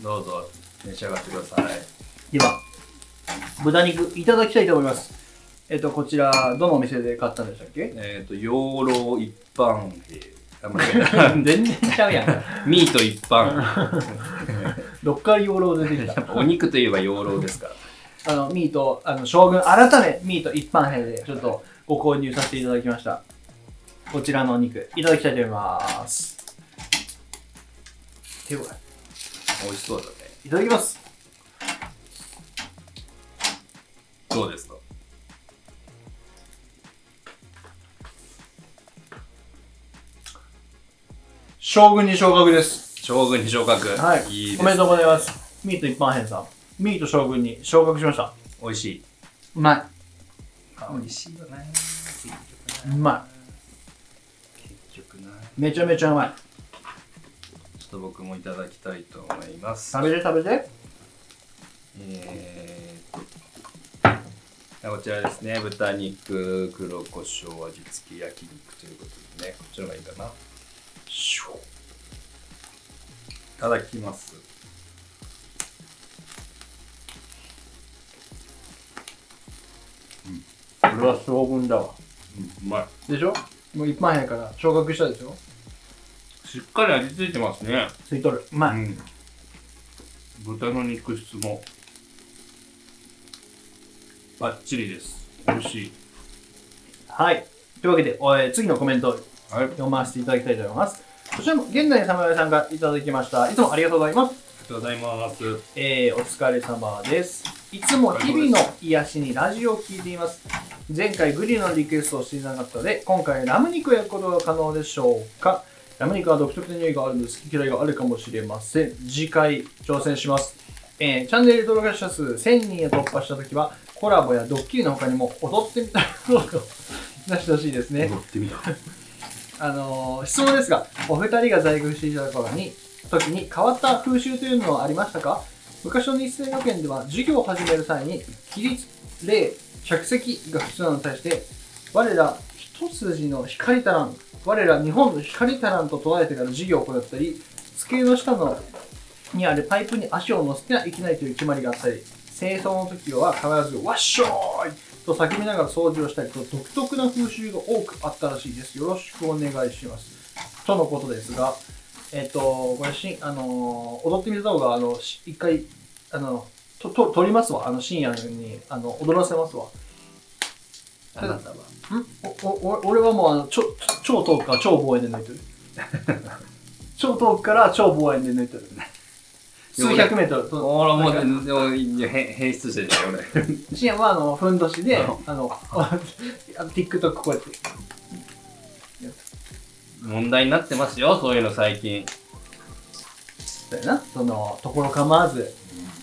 Speaker 2: どうぞ、召し上がってください。
Speaker 3: では、豚肉いただきたいと思います。えっと、こちら、どのお店で買ったんでしたっけ
Speaker 2: えっ、と、養老一
Speaker 3: [laughs]
Speaker 2: 般兵。あ、間違えた
Speaker 3: 全然ちゃうやん。 [laughs]
Speaker 2: ミート一般。
Speaker 3: どっから養老出てきた。
Speaker 2: お肉といえば養老ですから。
Speaker 3: あの、ミート、あの、将軍、改め、ミート一般兵で、ちょっとご購入させていただきました。こちらのお肉、いただきたいと思います。手を、
Speaker 2: 美味しそうだね。
Speaker 3: いただきます。
Speaker 2: どうですか
Speaker 3: 将軍に昇格です。
Speaker 2: 将軍に昇格。
Speaker 3: はい。
Speaker 2: いい
Speaker 3: おめです
Speaker 2: で。
Speaker 3: とうございます。ミート一般兵さん。ミート将軍に昇格しました。
Speaker 2: 美味しい。
Speaker 3: うまい。
Speaker 2: 美味しいよね。結
Speaker 3: うま
Speaker 2: 局な。
Speaker 3: い。めちゃめちゃうまい。
Speaker 2: ちょっと僕もいただきたいと思います。
Speaker 3: 食べて食べて。
Speaker 2: えーっと、こちらですね、豚肉、黒胡椒、味付け、焼肉ということでね、こっちらがいいかな。しょいただきます。
Speaker 3: これは将軍だわ。
Speaker 2: うまい。
Speaker 3: でしょもう一般兵から昇格したでしょ
Speaker 2: しっかり味付いてますね。
Speaker 3: 吸い取る。うまい。
Speaker 2: ん。豚の肉質も、バッチリです。美味しい。
Speaker 3: はい。というわけで、おえー次のコメントを
Speaker 2: はい。ありが
Speaker 3: 読ませていただきたいと思います。こちらも、現在侍さんがいただきました。いつもありがとうございます。
Speaker 2: とうございます。
Speaker 3: えー、お疲れ様です。いつも日々の癒しにラジオを聞いています。前回グリルのリクエストをしていなかったので、今回ラム肉を焼くことが可能でしょうかラム肉は独特の匂いがあるので好き嫌いがあるかもしれません。次回挑戦します。えー、チャンネル登録者数1000人を突破したときは、コラボやドッキリの他にも踊ってみたい動画を出してほしいですね。
Speaker 2: ってみた。
Speaker 3: あのー質問ですが、お二人が在学していた頃に、時に変わった風習というのはありましたか昔の日生学園では授業を始める際に、起立、礼、着席が普通なのに対して、我ら一筋の光たらん、我ら日本の光たらんと捉えてから授業を行ったり、机の下のにあるパイプに足を乗せてはいけないという決まりがあったり、清掃の時は必ず、わっしょーいと叫びながら掃除をしたりと独特な風習が多くあったらしいです。よろしくお願いします。とのことですが、えっと、これし、あのー踊ってみた動画、あの、し一回、あの、と、と、撮りますわ。あの、深夜に、あの、踊らせますわ。
Speaker 2: [laughs] あな [laughs] たは。
Speaker 3: んお、お、お俺はもうあの、ちょ、ちょ超遠くから超望遠で抜い
Speaker 2: [laughs]
Speaker 3: てる。超遠くから超望遠で抜いてる。数百メートル。そ
Speaker 2: 俺も
Speaker 3: な
Speaker 2: う
Speaker 3: んか
Speaker 2: 全然いや変変質してるよ俺。
Speaker 3: 深夜はあのふんどしで、
Speaker 2: うん
Speaker 3: あの、あの TikTok こうやって。
Speaker 2: 問題になってますよ、そういうの最近。
Speaker 3: だよな。その、ところ構わず、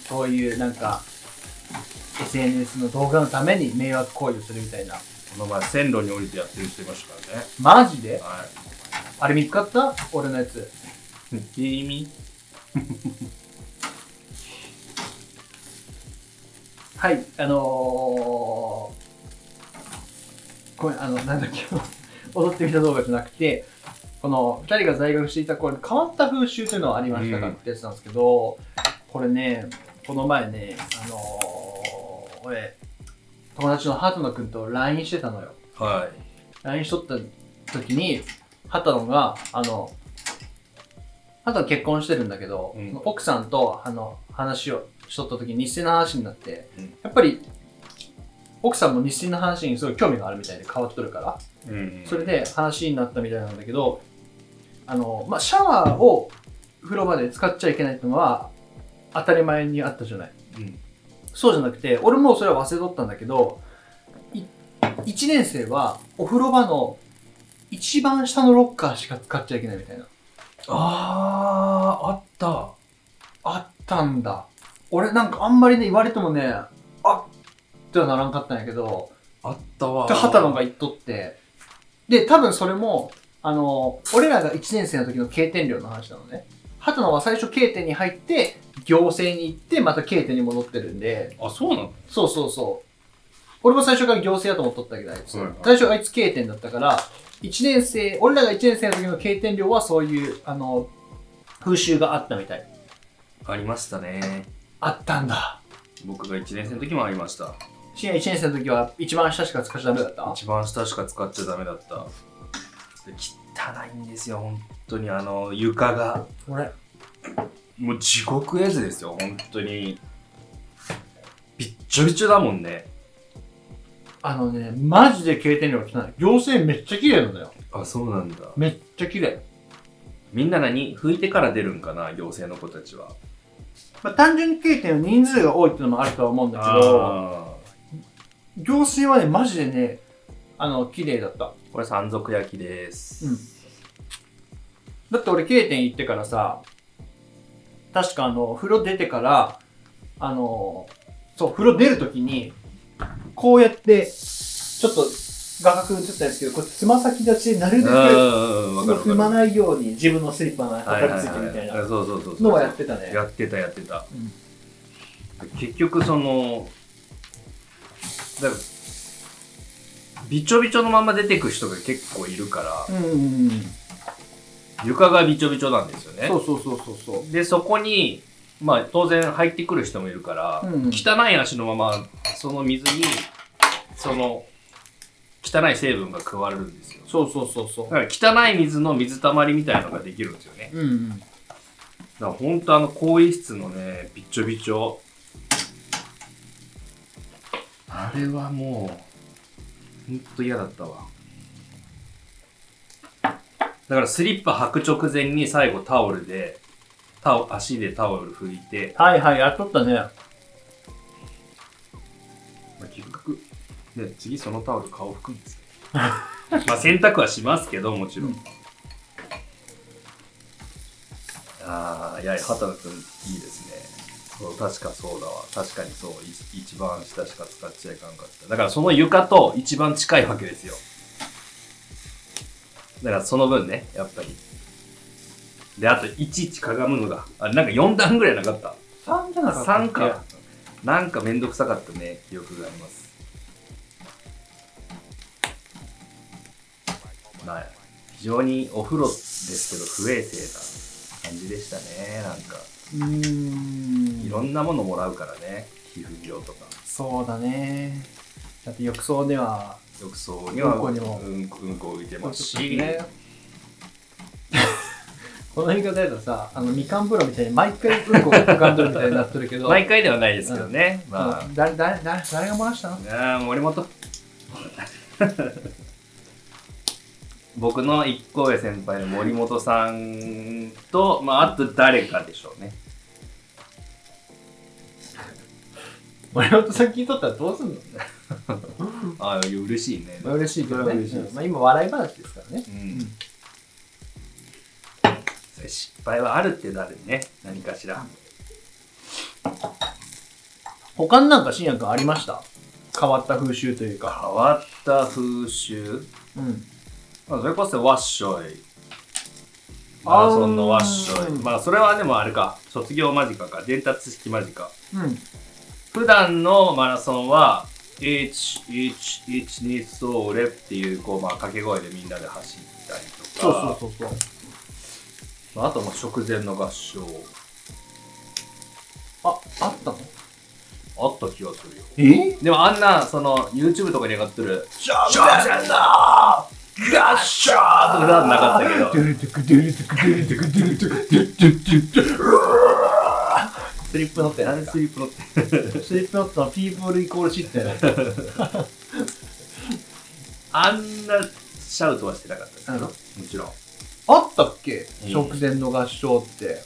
Speaker 3: そういうなんか、SNS の動画のために迷惑行為をするみたいな。
Speaker 2: この前、線路に降りてやってる人いましたからね。
Speaker 3: マジで
Speaker 2: は
Speaker 3: あれ見つかった俺のやつ。
Speaker 2: い。君
Speaker 3: はい、あのー、ごめん、あの、なんだっけ、 [laughs] 踊ってみた動画じゃなくて、この2人が在学していた頃に変わった風習というのはありましたか
Speaker 2: うん
Speaker 3: ってやつなんですけど、これね、この前ね、あのー、俺、友達の鳩野くんと LINE してたのよ。
Speaker 2: は
Speaker 3: LINE しとった時に、畑野が、あの、畑野結婚してるんだけど、
Speaker 2: うん
Speaker 3: 奥さんとあの話をしとった時に日清の話になって、
Speaker 2: うん
Speaker 3: やっぱり奥さんも日清の話にすごい興味があるみたいで変わっとるから、
Speaker 2: い。うん
Speaker 3: それで話になったみたいなんだけど、あの、まあ、シャワーを風呂場で使っちゃいけないってのは当たり前にあったじゃない。
Speaker 2: うん。
Speaker 3: そうじゃなくて、俺もそれは忘れとったんだけど、1年生はお風呂場の一番下のロッカーしか使っちゃいけないみたいな。
Speaker 2: あー、あった。
Speaker 3: あったんだ。俺なんかあんまりね、言われてもね、あっってはならんかったんやけど、
Speaker 2: あったわ。
Speaker 3: で、畑野が言っとって、で、多分それも、あの、俺らが1年生の時の経典料の話なのね。畑野は最初経典に入って、行政に行って、また経典に戻ってるんで、
Speaker 2: あ、そうなの
Speaker 3: そうそうそう。俺も最初から行政だと思っとったけど、あいつ。
Speaker 2: はいはい
Speaker 3: 最初あいつ経典だったから、一年生、俺らが1年生の時の経典料はそういう、あの、風習があったみたい。
Speaker 2: ありましたね。
Speaker 3: あったんだ。
Speaker 2: 僕が1年生の時もありました。
Speaker 3: 深夜1年生の時は一番下しか使っちゃダメだった
Speaker 2: 一番下しか使っちゃダメだった。で汚いんですよ、本当に。あの、床が。
Speaker 3: 俺、
Speaker 2: もう地獄絵図ですよ、本当に。びっちょびちょだもんね。
Speaker 3: あのね、マジで経点量が汚い。行政めっちゃ綺麗なんだよ。
Speaker 2: あ、そうなんだ。
Speaker 3: めっちゃ綺麗。
Speaker 2: みんな何拭いてから出るんかな、行政の子たちは。
Speaker 3: まあ、単純に経点の人数が多いっていうのもあるとは思うんだけど、
Speaker 2: あ
Speaker 3: 行政はね、マジでね、あの、綺麗だった。
Speaker 2: ーこれ山賊焼きです。
Speaker 3: うんだって俺 K 点行ってからさ、確かあの、風呂出てから、あの、そう、風呂出るときに、こうやって、ちょっと画角映ったんですけど、こうやってつま先立ちでなるべ
Speaker 2: う
Speaker 3: く
Speaker 2: んうんうん、わかるわか
Speaker 3: 踏
Speaker 2: る。
Speaker 3: まないように自分のスリッパの
Speaker 2: は
Speaker 3: 中についてみたい
Speaker 2: はは
Speaker 3: な
Speaker 2: はそうそうそうそう
Speaker 3: のはやってたね。
Speaker 2: やってたやってた、結局そのだからびちょびちょのまま出てく人が結構いるから
Speaker 3: うんうんうん。
Speaker 2: 床がびちょびちょなんですよね
Speaker 3: そうそうそうそうそう。
Speaker 2: でそこにまあ当然入ってくる人もいるから、
Speaker 3: うんうん
Speaker 2: 汚い足のままその水にその汚い成分が加わるんですよ
Speaker 3: そうそうそうそう。
Speaker 2: だから汚い水の水たまりみたいなのができるんですよね
Speaker 3: うんうん。
Speaker 2: だから本当あの更衣室のねびっちょびちょあれはもう本当嫌だったわだからスリッパ履く直前に最後タオルでタオ足でタオル拭いて、
Speaker 3: はいはい、やっとったね。
Speaker 2: まあ、結局ね次そのタオル顔拭くんですけどまあ洗濯はしますけどもちろん、
Speaker 3: うん
Speaker 2: ああいや畑野君いいですねそう確かそうだわ確かにそうい一番下しか使っちゃいかんかっただからその床と一番近いわけですよだからその分ねやっぱりであといちいちかがむのがあれなんか4段ぐらいなかった
Speaker 3: 3じゃなかったっけ
Speaker 2: 3かなんかめんどくさかったね記憶がありますまあ非常にお風呂ですけど不衛生な感じでしたねなんか
Speaker 3: うー
Speaker 2: い
Speaker 3: ん。
Speaker 2: ろんなものもらうからね皮膚病とか
Speaker 3: そうだね。だって浴槽では、
Speaker 2: 浴槽には
Speaker 3: うんこにも
Speaker 2: うんこうんこ浮いてますし、
Speaker 3: ね、この言い方だとさあのみかん風呂みたいに毎回うんこが浮かんでるみたいになってるけど
Speaker 2: 毎回ではないですけどね、まあ
Speaker 3: うん誰誰誰誰が漏らしたの
Speaker 2: ああ、森本。 [laughs] 僕の一行上先輩の森本さんと、まあ、あと誰かでしょうね。
Speaker 3: 森本さん聞いとったらどうすんの
Speaker 2: ああ、いや嬉しいね。
Speaker 3: まあ嬉しいけどね、
Speaker 2: それは嬉しいです
Speaker 3: うんまあ、今笑い話ですからね
Speaker 2: うん。失敗はあるって誰ね、何かしら。
Speaker 3: 他になんか新薬ありました変わった風習というか
Speaker 2: 変わった風習
Speaker 3: うん
Speaker 2: まあ、それこそワッショイ。マラソンのワッシ
Speaker 3: あ
Speaker 2: ョイ。
Speaker 3: ー
Speaker 2: まあ、それはでもあれか、卒業間近か、伝達式間近。
Speaker 3: うん
Speaker 2: 普段のマラソンは、111それっていう、こう、まあ、掛け声でみんなで走ったりと
Speaker 3: そう
Speaker 2: か、
Speaker 3: そうそうそう
Speaker 2: まあ、あともう食前の合唱、
Speaker 3: ああったの
Speaker 2: あった気がするよ。
Speaker 3: え
Speaker 2: でもあんな、その、YouTube とかに上がってる、
Speaker 3: じゃあじゃ
Speaker 2: 合唱とかなんなかったけど、
Speaker 3: [laughs] スリップ乗って
Speaker 2: あれスリップ乗って [laughs] る。
Speaker 3: スリップノットのピープルイコールシットやな。
Speaker 2: あんなシャウトはしてなかったですけ
Speaker 3: うん
Speaker 2: ど、もちろん。
Speaker 3: あったっけ
Speaker 2: うん
Speaker 3: 食前の合唱って。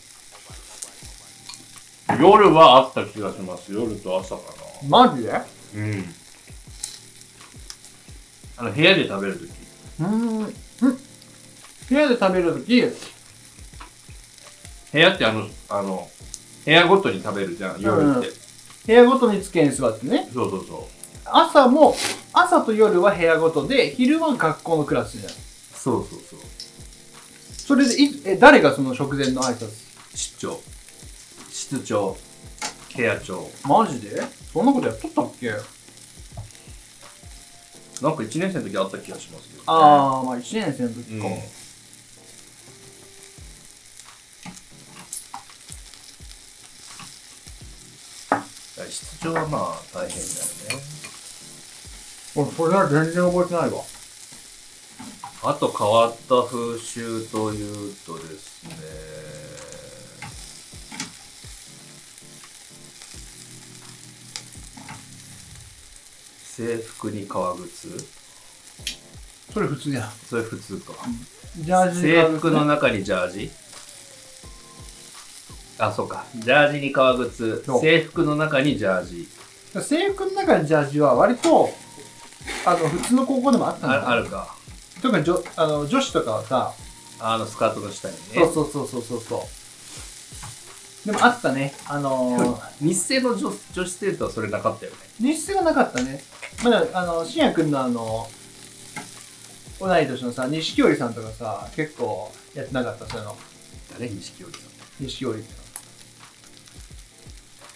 Speaker 2: 夜はあった気がします。夜と朝か
Speaker 3: マジでう
Speaker 2: な。うん。あの、部屋で食べるとき。
Speaker 3: ーん。ん部屋で食べるとき、
Speaker 2: 部屋ってあの、あの、部屋ごとに食べるじゃん、夜
Speaker 3: うんう
Speaker 2: って。
Speaker 3: ん部屋ごとにつけに座ってね。
Speaker 2: そうそうそう。
Speaker 3: 朝も、朝と夜は部屋ごとで、昼は学校のクラスじゃん。
Speaker 2: そうそうそう。
Speaker 3: それでい、え、誰がその食前の挨拶
Speaker 2: 室長。室長。部屋長。
Speaker 3: マジでそんなことやっとったっけ
Speaker 2: なんか1年生の時あった気がしますけど、
Speaker 3: あー、まあ1年生の時
Speaker 2: うん
Speaker 3: か。。
Speaker 2: 室長はまあ大変だよね。
Speaker 3: 俺、それは全然覚えてないわ。
Speaker 2: あと変わった風習というとですね、制服に革靴
Speaker 3: それ普通やん。
Speaker 2: それ普通か。
Speaker 3: ジャージ
Speaker 2: 制
Speaker 3: が
Speaker 2: 服の中にジャージあ、そうか。ジャージに革靴
Speaker 3: そ。う
Speaker 2: 制服の中にジャージ。
Speaker 3: 制服の中にジャージは割と、あの、普通の高校でもあったんだよ
Speaker 2: ああるか。
Speaker 3: 特に女あの女子とかはさ、
Speaker 2: あのスカートの下にね。
Speaker 3: そうそうそうそうそうそう。でもあったね。あのー、
Speaker 2: 日清の女女子生徒はそれなかったよね。
Speaker 3: 日数がなかったね。まだ、あの、信也くんのあの、同い年のさ、錦織さんとかさ、結構やってなかった、そういうの。
Speaker 2: 誰錦織さん。
Speaker 3: 錦織。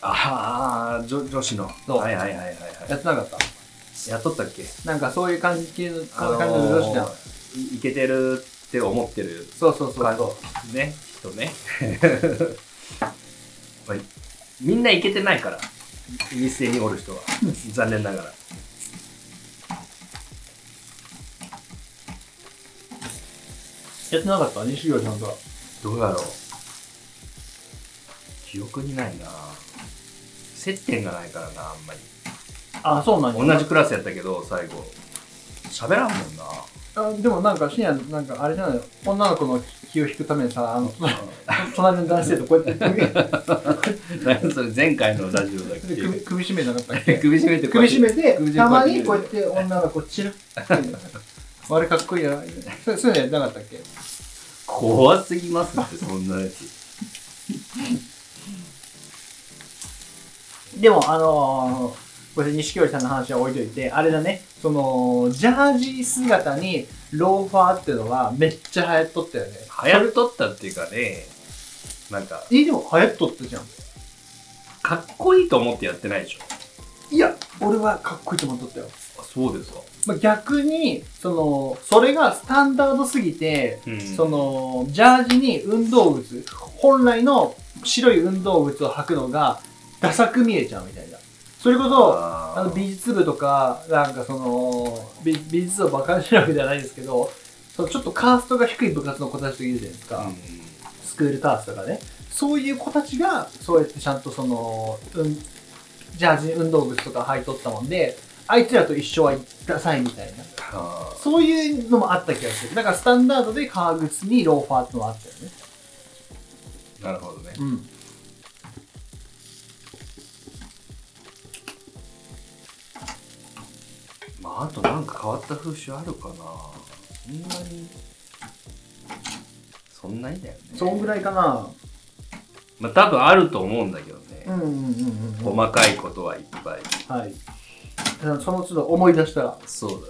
Speaker 2: ああ、女女子の。
Speaker 3: そう
Speaker 2: はいはいはいはい、はい。
Speaker 3: やってなかった。
Speaker 2: やっとったっけ
Speaker 3: なんかそういう感じの、
Speaker 2: あ
Speaker 3: 感じの女子じゃん。
Speaker 2: ーいいけてるって思ってる
Speaker 3: そうそうそう
Speaker 2: 感
Speaker 3: そ
Speaker 2: じね、人
Speaker 3: [laughs]
Speaker 2: ね。まあみんないけてないから、日清におる人は。残念ながら。
Speaker 3: う。やってなかった、錦織さんとか。
Speaker 2: どうやろう。記憶にないな接点がないからな、あんまり。
Speaker 3: あ、そうなんや
Speaker 2: 同じクラスやったけど、最後。喋らんもんな。 [laughs]
Speaker 3: あでもなんか、深夜、なんかあれじゃないの女の子の気を引くためにさ、あの、隣の男子生とこうやって
Speaker 2: 何それ前回のラジオだっ
Speaker 3: 首、 [laughs] 首
Speaker 2: け
Speaker 3: 首絞めなかったっけ
Speaker 2: [laughs] 首絞めてこうや
Speaker 3: [laughs] 首
Speaker 2: っ
Speaker 3: 絞め
Speaker 2: て
Speaker 3: て
Speaker 2: 首、
Speaker 3: た
Speaker 2: 絞め
Speaker 3: まにこうやって女の子チラッて。あれかっこいいな。そうそういうのやってなかったっけ
Speaker 2: 怖すぎますってそんなやつ
Speaker 3: でも、あのー、これ、錦織さんの話は置いといて、あれだね、その、ジャージ姿にローファーっていうのはめっちゃ流行っとったよね。
Speaker 2: 流行っとったっていうかねなんか
Speaker 3: え、でも流行っとったじゃん。
Speaker 2: かっこいいと思ってやってないでしょ
Speaker 3: いや、俺はかっこいいと思っとったよ。
Speaker 2: あそうですか
Speaker 3: まあ、逆に、その、それがスタンダードすぎて、
Speaker 2: うん
Speaker 3: その、ジャージに運動靴、本来の白い運動靴を履くのが、ダサく見えちゃうみたいな。それこそ、
Speaker 2: あー
Speaker 3: あの美術部とか、なんかその、美美術を馬鹿にしてるわけじゃないですけど、そのちょっとカーストが低い部活の子たちといるじゃないですか、
Speaker 2: う
Speaker 3: スクールカーストがね。そういう子たちが、そうやってちゃんとその、うん、ジャージ運動靴とか履いとったもんで、あいつらと一緒はダサいみたいな。
Speaker 2: あ
Speaker 3: そういうのもあった気がする。だからスタンダードで革靴にローファーってのはあったよね。
Speaker 2: ーなるほどね
Speaker 3: うん。
Speaker 2: まああとなんか変わった風習あるかなそんなにそんなにだよね
Speaker 3: そんぐらいかな。
Speaker 2: まあ多分あると思うんだけどね、
Speaker 3: うんうんうんうん。
Speaker 2: 細かいことはいっぱい
Speaker 3: はい。その都度思い出したら。
Speaker 2: そうだね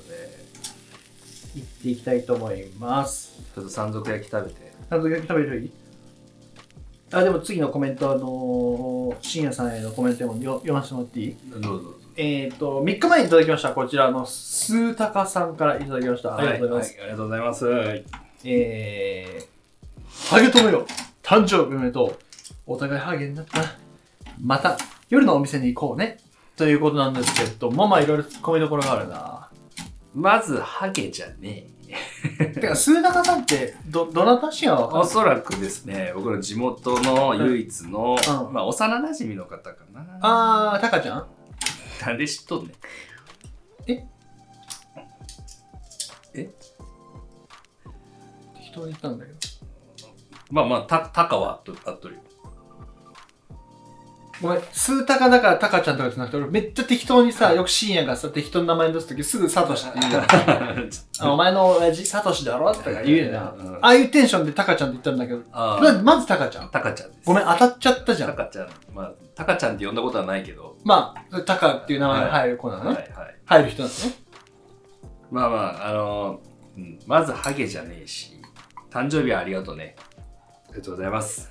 Speaker 3: 行っていきたいと思います。
Speaker 2: ちょっと山賊焼き食べて
Speaker 3: あと焼き食べるいいあ、でも次のコメント、あのー、深夜さんへのコメントもよ読ませてもらっていい
Speaker 2: どうぞどうぞ
Speaker 3: えっ、ー、と、3日前にいただきました。こちらの、スータカさんからいただきました。ありがとうございます。
Speaker 2: はい、ありがとうございます。はい
Speaker 3: えー、ハゲ友よ、誕生日おめでとう。お互いハゲになったな。また、夜のお店に行こうね。ということなんですけど、まあまあいろいろ突っ込みどころがあるな。
Speaker 2: まず、ハゲじゃねえ。
Speaker 3: てか、スータカさんって、ど、どなたしやわかん
Speaker 2: おそらくですね、僕の地元の唯一の、
Speaker 3: うん
Speaker 2: まあ、幼馴染の方かな。
Speaker 3: あー、タカちゃん
Speaker 2: なんで知っとんねん。
Speaker 3: 適当に言ったんだけど。
Speaker 2: まあまあ、た、たかはあっと、あっと
Speaker 3: [laughs]
Speaker 2: るよ。
Speaker 3: ごめん、スータカだからタカちゃんとかじゃなくて、俺めっちゃ適当にさ、よく深夜がさ、適当な名前出すときすぐサトシって言うじゃんあお前の親父サトシだろとか言うじゃん。
Speaker 2: うん
Speaker 3: ああいうテンションでタカちゃんって言ったんだけど、
Speaker 2: あ
Speaker 3: ままずタカちゃ
Speaker 2: あ、
Speaker 3: ん。
Speaker 2: たかちゃんです。
Speaker 3: ごめん、当たっちゃったじゃ
Speaker 2: た
Speaker 3: ん。
Speaker 2: かちゃん、まあ、たかちゃんって呼んだことはないけど、
Speaker 3: まあ、タカっていう名前が入る子なのね。
Speaker 2: はいはい。
Speaker 3: 入る人なのね。
Speaker 2: まあまあ、あのーうんまずハゲじゃねえし、誕生日はありがとうね。ありがとうございます。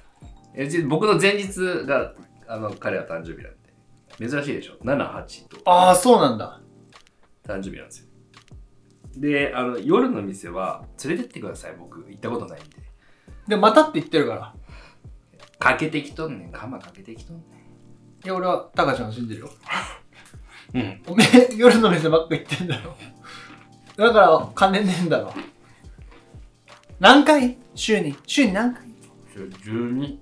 Speaker 2: えじ僕の前日が、あの、彼は誕生日なんで、珍しいでしょ ?7、8と
Speaker 3: ああ、そうなんだ。
Speaker 2: 誕生日なんですよ。で、あの、夜の店は連れてってください、僕。行ったことないんで。
Speaker 3: で、またって言ってるから。
Speaker 2: かけてきとんねん、カマかけてきとんね
Speaker 3: いや、俺はタカちゃんを信じるよ。
Speaker 2: ん。うん。
Speaker 3: おめえ、夜の店ばっか行ってんだろ。だから、金ねえんだろ。何回週に。週に何回
Speaker 2: 12、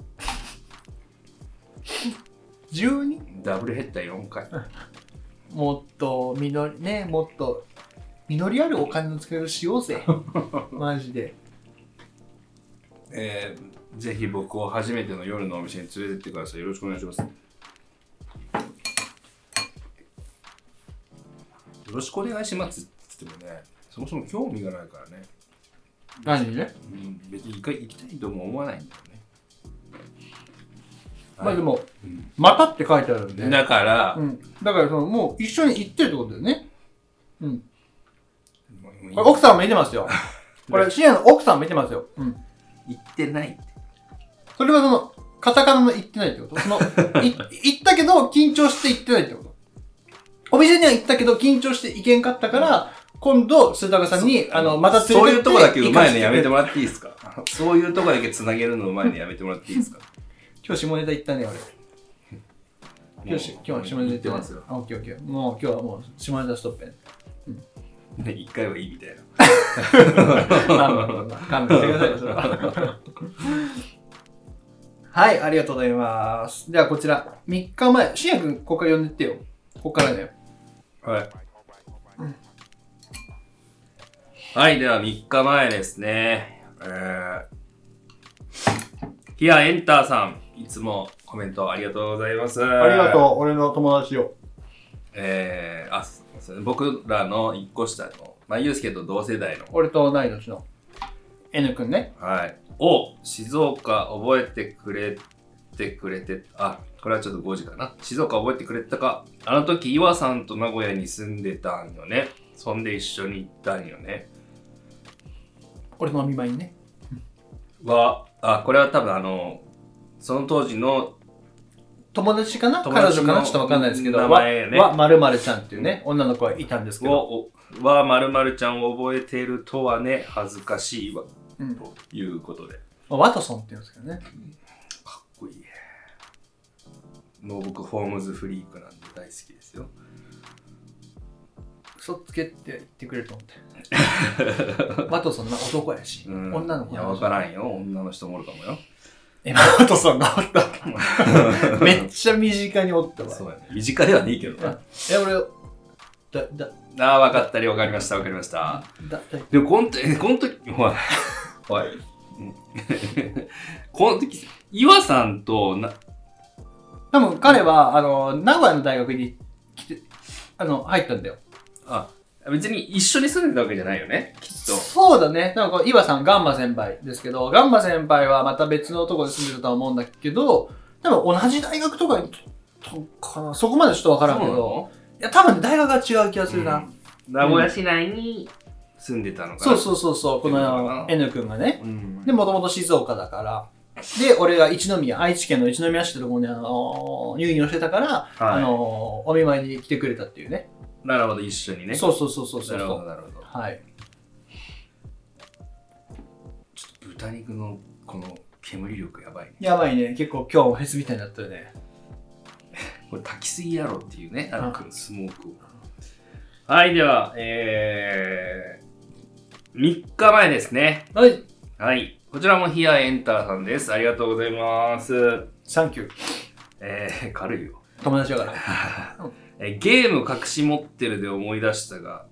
Speaker 3: ?12?
Speaker 2: ダブルヘッダー4回。
Speaker 3: もっと実りねもっと実りあるお金の使い方しようぜマジで
Speaker 2: えーぜひ僕を初めての夜のお店に連れてってください。よろしくお願いします。よろしくお願いしますって言ってもね、そもそも興味がないからね、
Speaker 3: 何ね、
Speaker 2: うん、別に一回行きたいとも思わないんだよね。
Speaker 3: まあでも
Speaker 2: うん
Speaker 3: 「また」って書いてあるんで、
Speaker 2: だから、
Speaker 3: うん、だからそのもう一緒に行ってるってことだよねうん
Speaker 2: もう
Speaker 3: これ奥さんも見てます
Speaker 2: [laughs]
Speaker 3: よこれ深夜の奥さんも見てますよ、うん、
Speaker 2: 行ってないって。
Speaker 3: それはそのカタカナの行ってないって
Speaker 2: [laughs]
Speaker 3: ことそのい行ったけど緊張して行ってないってことお店には行ったけど緊張して行けんかったから、今度須高さんにあのまた連れて
Speaker 2: そういうとこだけうまいのやめて
Speaker 3: も
Speaker 2: もらってい
Speaker 3: [laughs]
Speaker 2: いですかそういうとこだけつなげるのうまいのやめてもらっていいですか
Speaker 3: 今日下ネタ行ったね俺今日し今日は下ネタ行
Speaker 2: ってますよ。
Speaker 3: あオッケーオッケーもう今日はもう下ネタストップやね
Speaker 2: ね一回はいいみたいな。
Speaker 3: まあまあまあまあ勘弁してくださいよそれははいありがとうございますではこちら3日前しんやくんここから呼んでってよここからだよ
Speaker 2: はい。はい、では3日前ですね。えー、ヒアエンターさん、いつもコメントありがとうございます。
Speaker 3: あ
Speaker 2: あ
Speaker 3: りがとう俺の友達よ
Speaker 2: う。えー、あ、そうですね僕らの1個下の、まあ、ユースケと同世代の、
Speaker 3: 俺と同い年の N 君ね
Speaker 2: はい、を静岡覚えてくれてくれて、あ、これはちょっと5時かな。静岡覚えてくれたか。あの時、岩さんと名古屋に住んでたんよね。そんで一緒に行ったんよね。
Speaker 3: 俺の見舞いにね
Speaker 2: は、あ、これは多分あの、その当時の、
Speaker 3: 友達かな
Speaker 2: 友
Speaker 3: 彼
Speaker 2: 達
Speaker 3: 女
Speaker 2: の
Speaker 3: かなちょっとわかんないですけど
Speaker 2: 名前ね
Speaker 3: わわまるまるちゃんっていうね女の子がいたんですけど
Speaker 2: を、おは、まるまるちゃんを覚えているとはね、恥ずかしいわ、
Speaker 3: うん
Speaker 2: ということで。
Speaker 3: まあワトソンって言うんですけどね
Speaker 2: かっこいい。もう僕、ホームズフリークなんで大好きですよ。
Speaker 3: 嘘つけって言ってくれると思
Speaker 2: [laughs]
Speaker 3: ってワトソンの男やし、
Speaker 2: うん
Speaker 3: 女の子
Speaker 2: い
Speaker 3: や
Speaker 2: や、わからんよ。女の人もおるかもよ。
Speaker 3: えワトソンがおっためっちゃ身近におったわ
Speaker 2: そうやね。身近ではねえけどな。
Speaker 3: え俺だだ
Speaker 2: ああ、わかったり、わかりました、わかりました。
Speaker 3: だだ
Speaker 2: でも、こんと、えこんとき、ほら、おい。 [laughs] この時、岩さんとな、
Speaker 3: 多分彼はあの名古屋の大学に来てあの入ったんだよ
Speaker 2: あ、別に一緒に住んでたわけじゃないよね、きっと。
Speaker 3: そうだね。なんかこう、岩さん、ガンマ先輩ですけど、ガンマ先輩はまた別のとこで住んでたとは思うんだけど、多分同じ大学とかに、とかなそこまでちょっとわからんけ
Speaker 2: そうな
Speaker 3: ど、
Speaker 2: の
Speaker 3: いや、多分大学が違う気がするな。
Speaker 2: うん名古屋市内に住んでたのかな。
Speaker 3: そうそうそうそう、こ
Speaker 2: そうだ
Speaker 3: の
Speaker 2: な
Speaker 3: N 君がね。
Speaker 2: うん。
Speaker 3: で、もともと静岡だから。で、俺が一宮、愛知県の一宮市ってところに、あのー入院をしてたから、あのーお見舞いに来てくれたっていうね。
Speaker 2: なるほど、一緒にね。
Speaker 3: そうそうそうそうそ
Speaker 2: なるほど、
Speaker 3: う。
Speaker 2: なるほど。
Speaker 3: はい。
Speaker 2: 豚肉のこの煙力やばいね。
Speaker 3: やばいね。結構今日もフェスみたいになったよね。
Speaker 2: これ炊きすぎやろっていうね、あ
Speaker 3: う
Speaker 2: の
Speaker 3: ん
Speaker 2: 黒スモークを。はい、では、えー、3日前ですね。
Speaker 3: はい。
Speaker 2: はい。こちらもヒアエンターさんです。ありがとうございます。
Speaker 3: サンキュー。
Speaker 2: えー、軽いよ。
Speaker 3: 友達だから。
Speaker 2: えーゲーム隠し持ってるで思い出したが、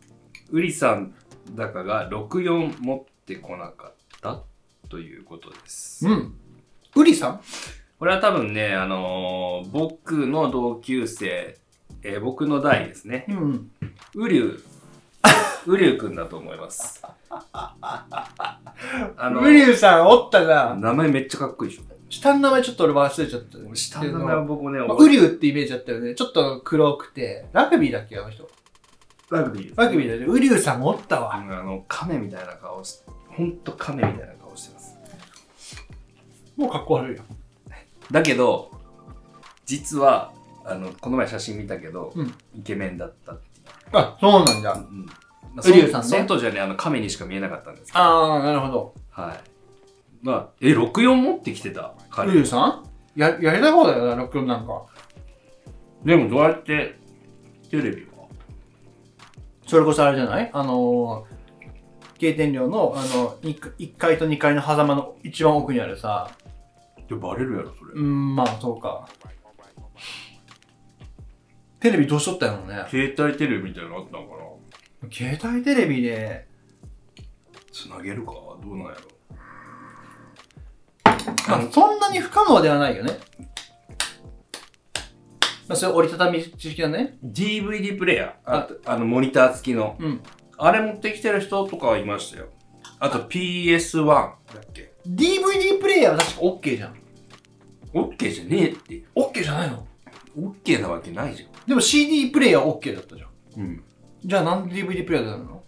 Speaker 2: ウリさんだかが64持ってこなかったということです。
Speaker 3: うん。ウリさん
Speaker 2: これは多分ね、あのー僕の同級生、えー僕の代ですね。
Speaker 3: うん。
Speaker 2: ウリュウ、 [laughs] ウリュウくんだと思います。あの
Speaker 3: ウリュウさんおったな。
Speaker 2: 名前めっちゃかっこいいでしょ。
Speaker 3: 下の名前ちょっと俺忘れちゃった。
Speaker 2: 下の名前は僕ね、
Speaker 3: まあウリュウってイメージだったよね。ちょっと黒くて。ラグビーだっけあの人。
Speaker 2: ラグビーです
Speaker 3: ラグビーだよね。ウリュウさんもおったわ。
Speaker 2: うんあの、亀みたいな顔し、ほんと亀みたいな顔してます。
Speaker 3: もうかっこ悪いよ。
Speaker 2: だけど、実は、あの、この前写真見たけど、
Speaker 3: うん
Speaker 2: イケメンだったっていう。
Speaker 3: あ、そうなんだ。
Speaker 2: うんまあ
Speaker 3: ウリュウさんね
Speaker 2: そのその当時はね、あの、亀にしか見えなかったんですけど。
Speaker 3: あー、なるほど。
Speaker 2: はい。まあ、え、64持ってきてた
Speaker 3: ウリュ
Speaker 2: 彼
Speaker 3: ウ。さんや、やりたい方だよな、ロックンなんか。
Speaker 2: でも、どうやって、テレビは
Speaker 3: それこそあれじゃないあのー、経典寮の、あの、1階と2階の狭間の一番奥にあるさ。
Speaker 2: で、バレるやろ、それ
Speaker 3: う。ん、まあ、そうか。テレビどうしとったんやろね。
Speaker 2: 携帯テレビみたいなのあったのかな
Speaker 3: 携帯テレビで、
Speaker 2: つなげるかどうなんやろ
Speaker 3: まあ、そんなに不可能ではないよね。まあ、それ折りたたみ式だね。
Speaker 2: DVD プレイヤーあとあのモニター付きの
Speaker 3: うん。
Speaker 2: あれ持ってきてる人とかいましたよあと PS1 だっけ
Speaker 3: DVD プレイヤーは確か OK じゃん。
Speaker 2: OK じゃねえって
Speaker 3: OK じゃないの
Speaker 2: OK なわけないじゃ
Speaker 3: でも CD プレイヤーは OK だったじゃん。
Speaker 2: んうん
Speaker 3: じゃあなんで DVD プレイヤーなの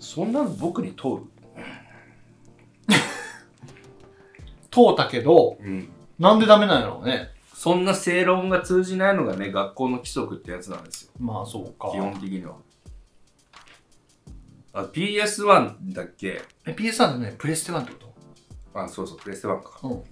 Speaker 2: そんなの僕に通
Speaker 3: 通ったけど、
Speaker 2: るうん
Speaker 3: なんでダメなんやろうね。
Speaker 2: そんな正論が通じないのがね学校の規則ってやつなんですよ
Speaker 3: まあそうか。
Speaker 2: 基本的にはあ PS1 だっけ
Speaker 3: え PS3 ってね、プレステ1ってこ
Speaker 2: あそうそうプレステ1か
Speaker 3: とうん。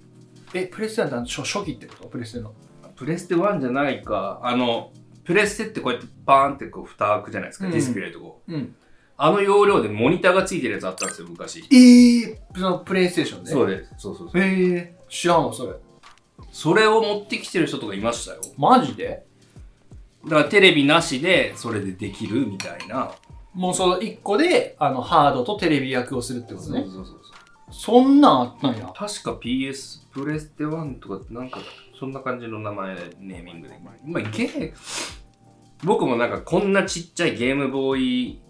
Speaker 3: え、プレステ1ってあの初初期ってことプレステの。
Speaker 2: プレステ1じゃないかあのプレステってこうやってパーンってこう蓋開くじゃないですか、
Speaker 3: うん
Speaker 2: ディスプレイとこ
Speaker 3: うん。
Speaker 2: あの容量でモニターがついてるやつあったんですよ昔
Speaker 3: えー、そのプレイステーションで。
Speaker 2: そう
Speaker 3: う
Speaker 2: ですそうそうそう
Speaker 3: えー、知らんわ、それ。
Speaker 2: それを持ってきてる人とかいましたよ
Speaker 3: マジで
Speaker 2: だからテレビなしでそれでできるみたいな
Speaker 3: もうその1個で、あの、ハードとテレビ役をするってことね。
Speaker 2: そうそうそう
Speaker 3: そんなんあったんや。
Speaker 2: 確か PS プレステ1とかなんかそんな感じの名前ネーミングでまあゲー僕もなんかこんなちっちゃいゲームボーイ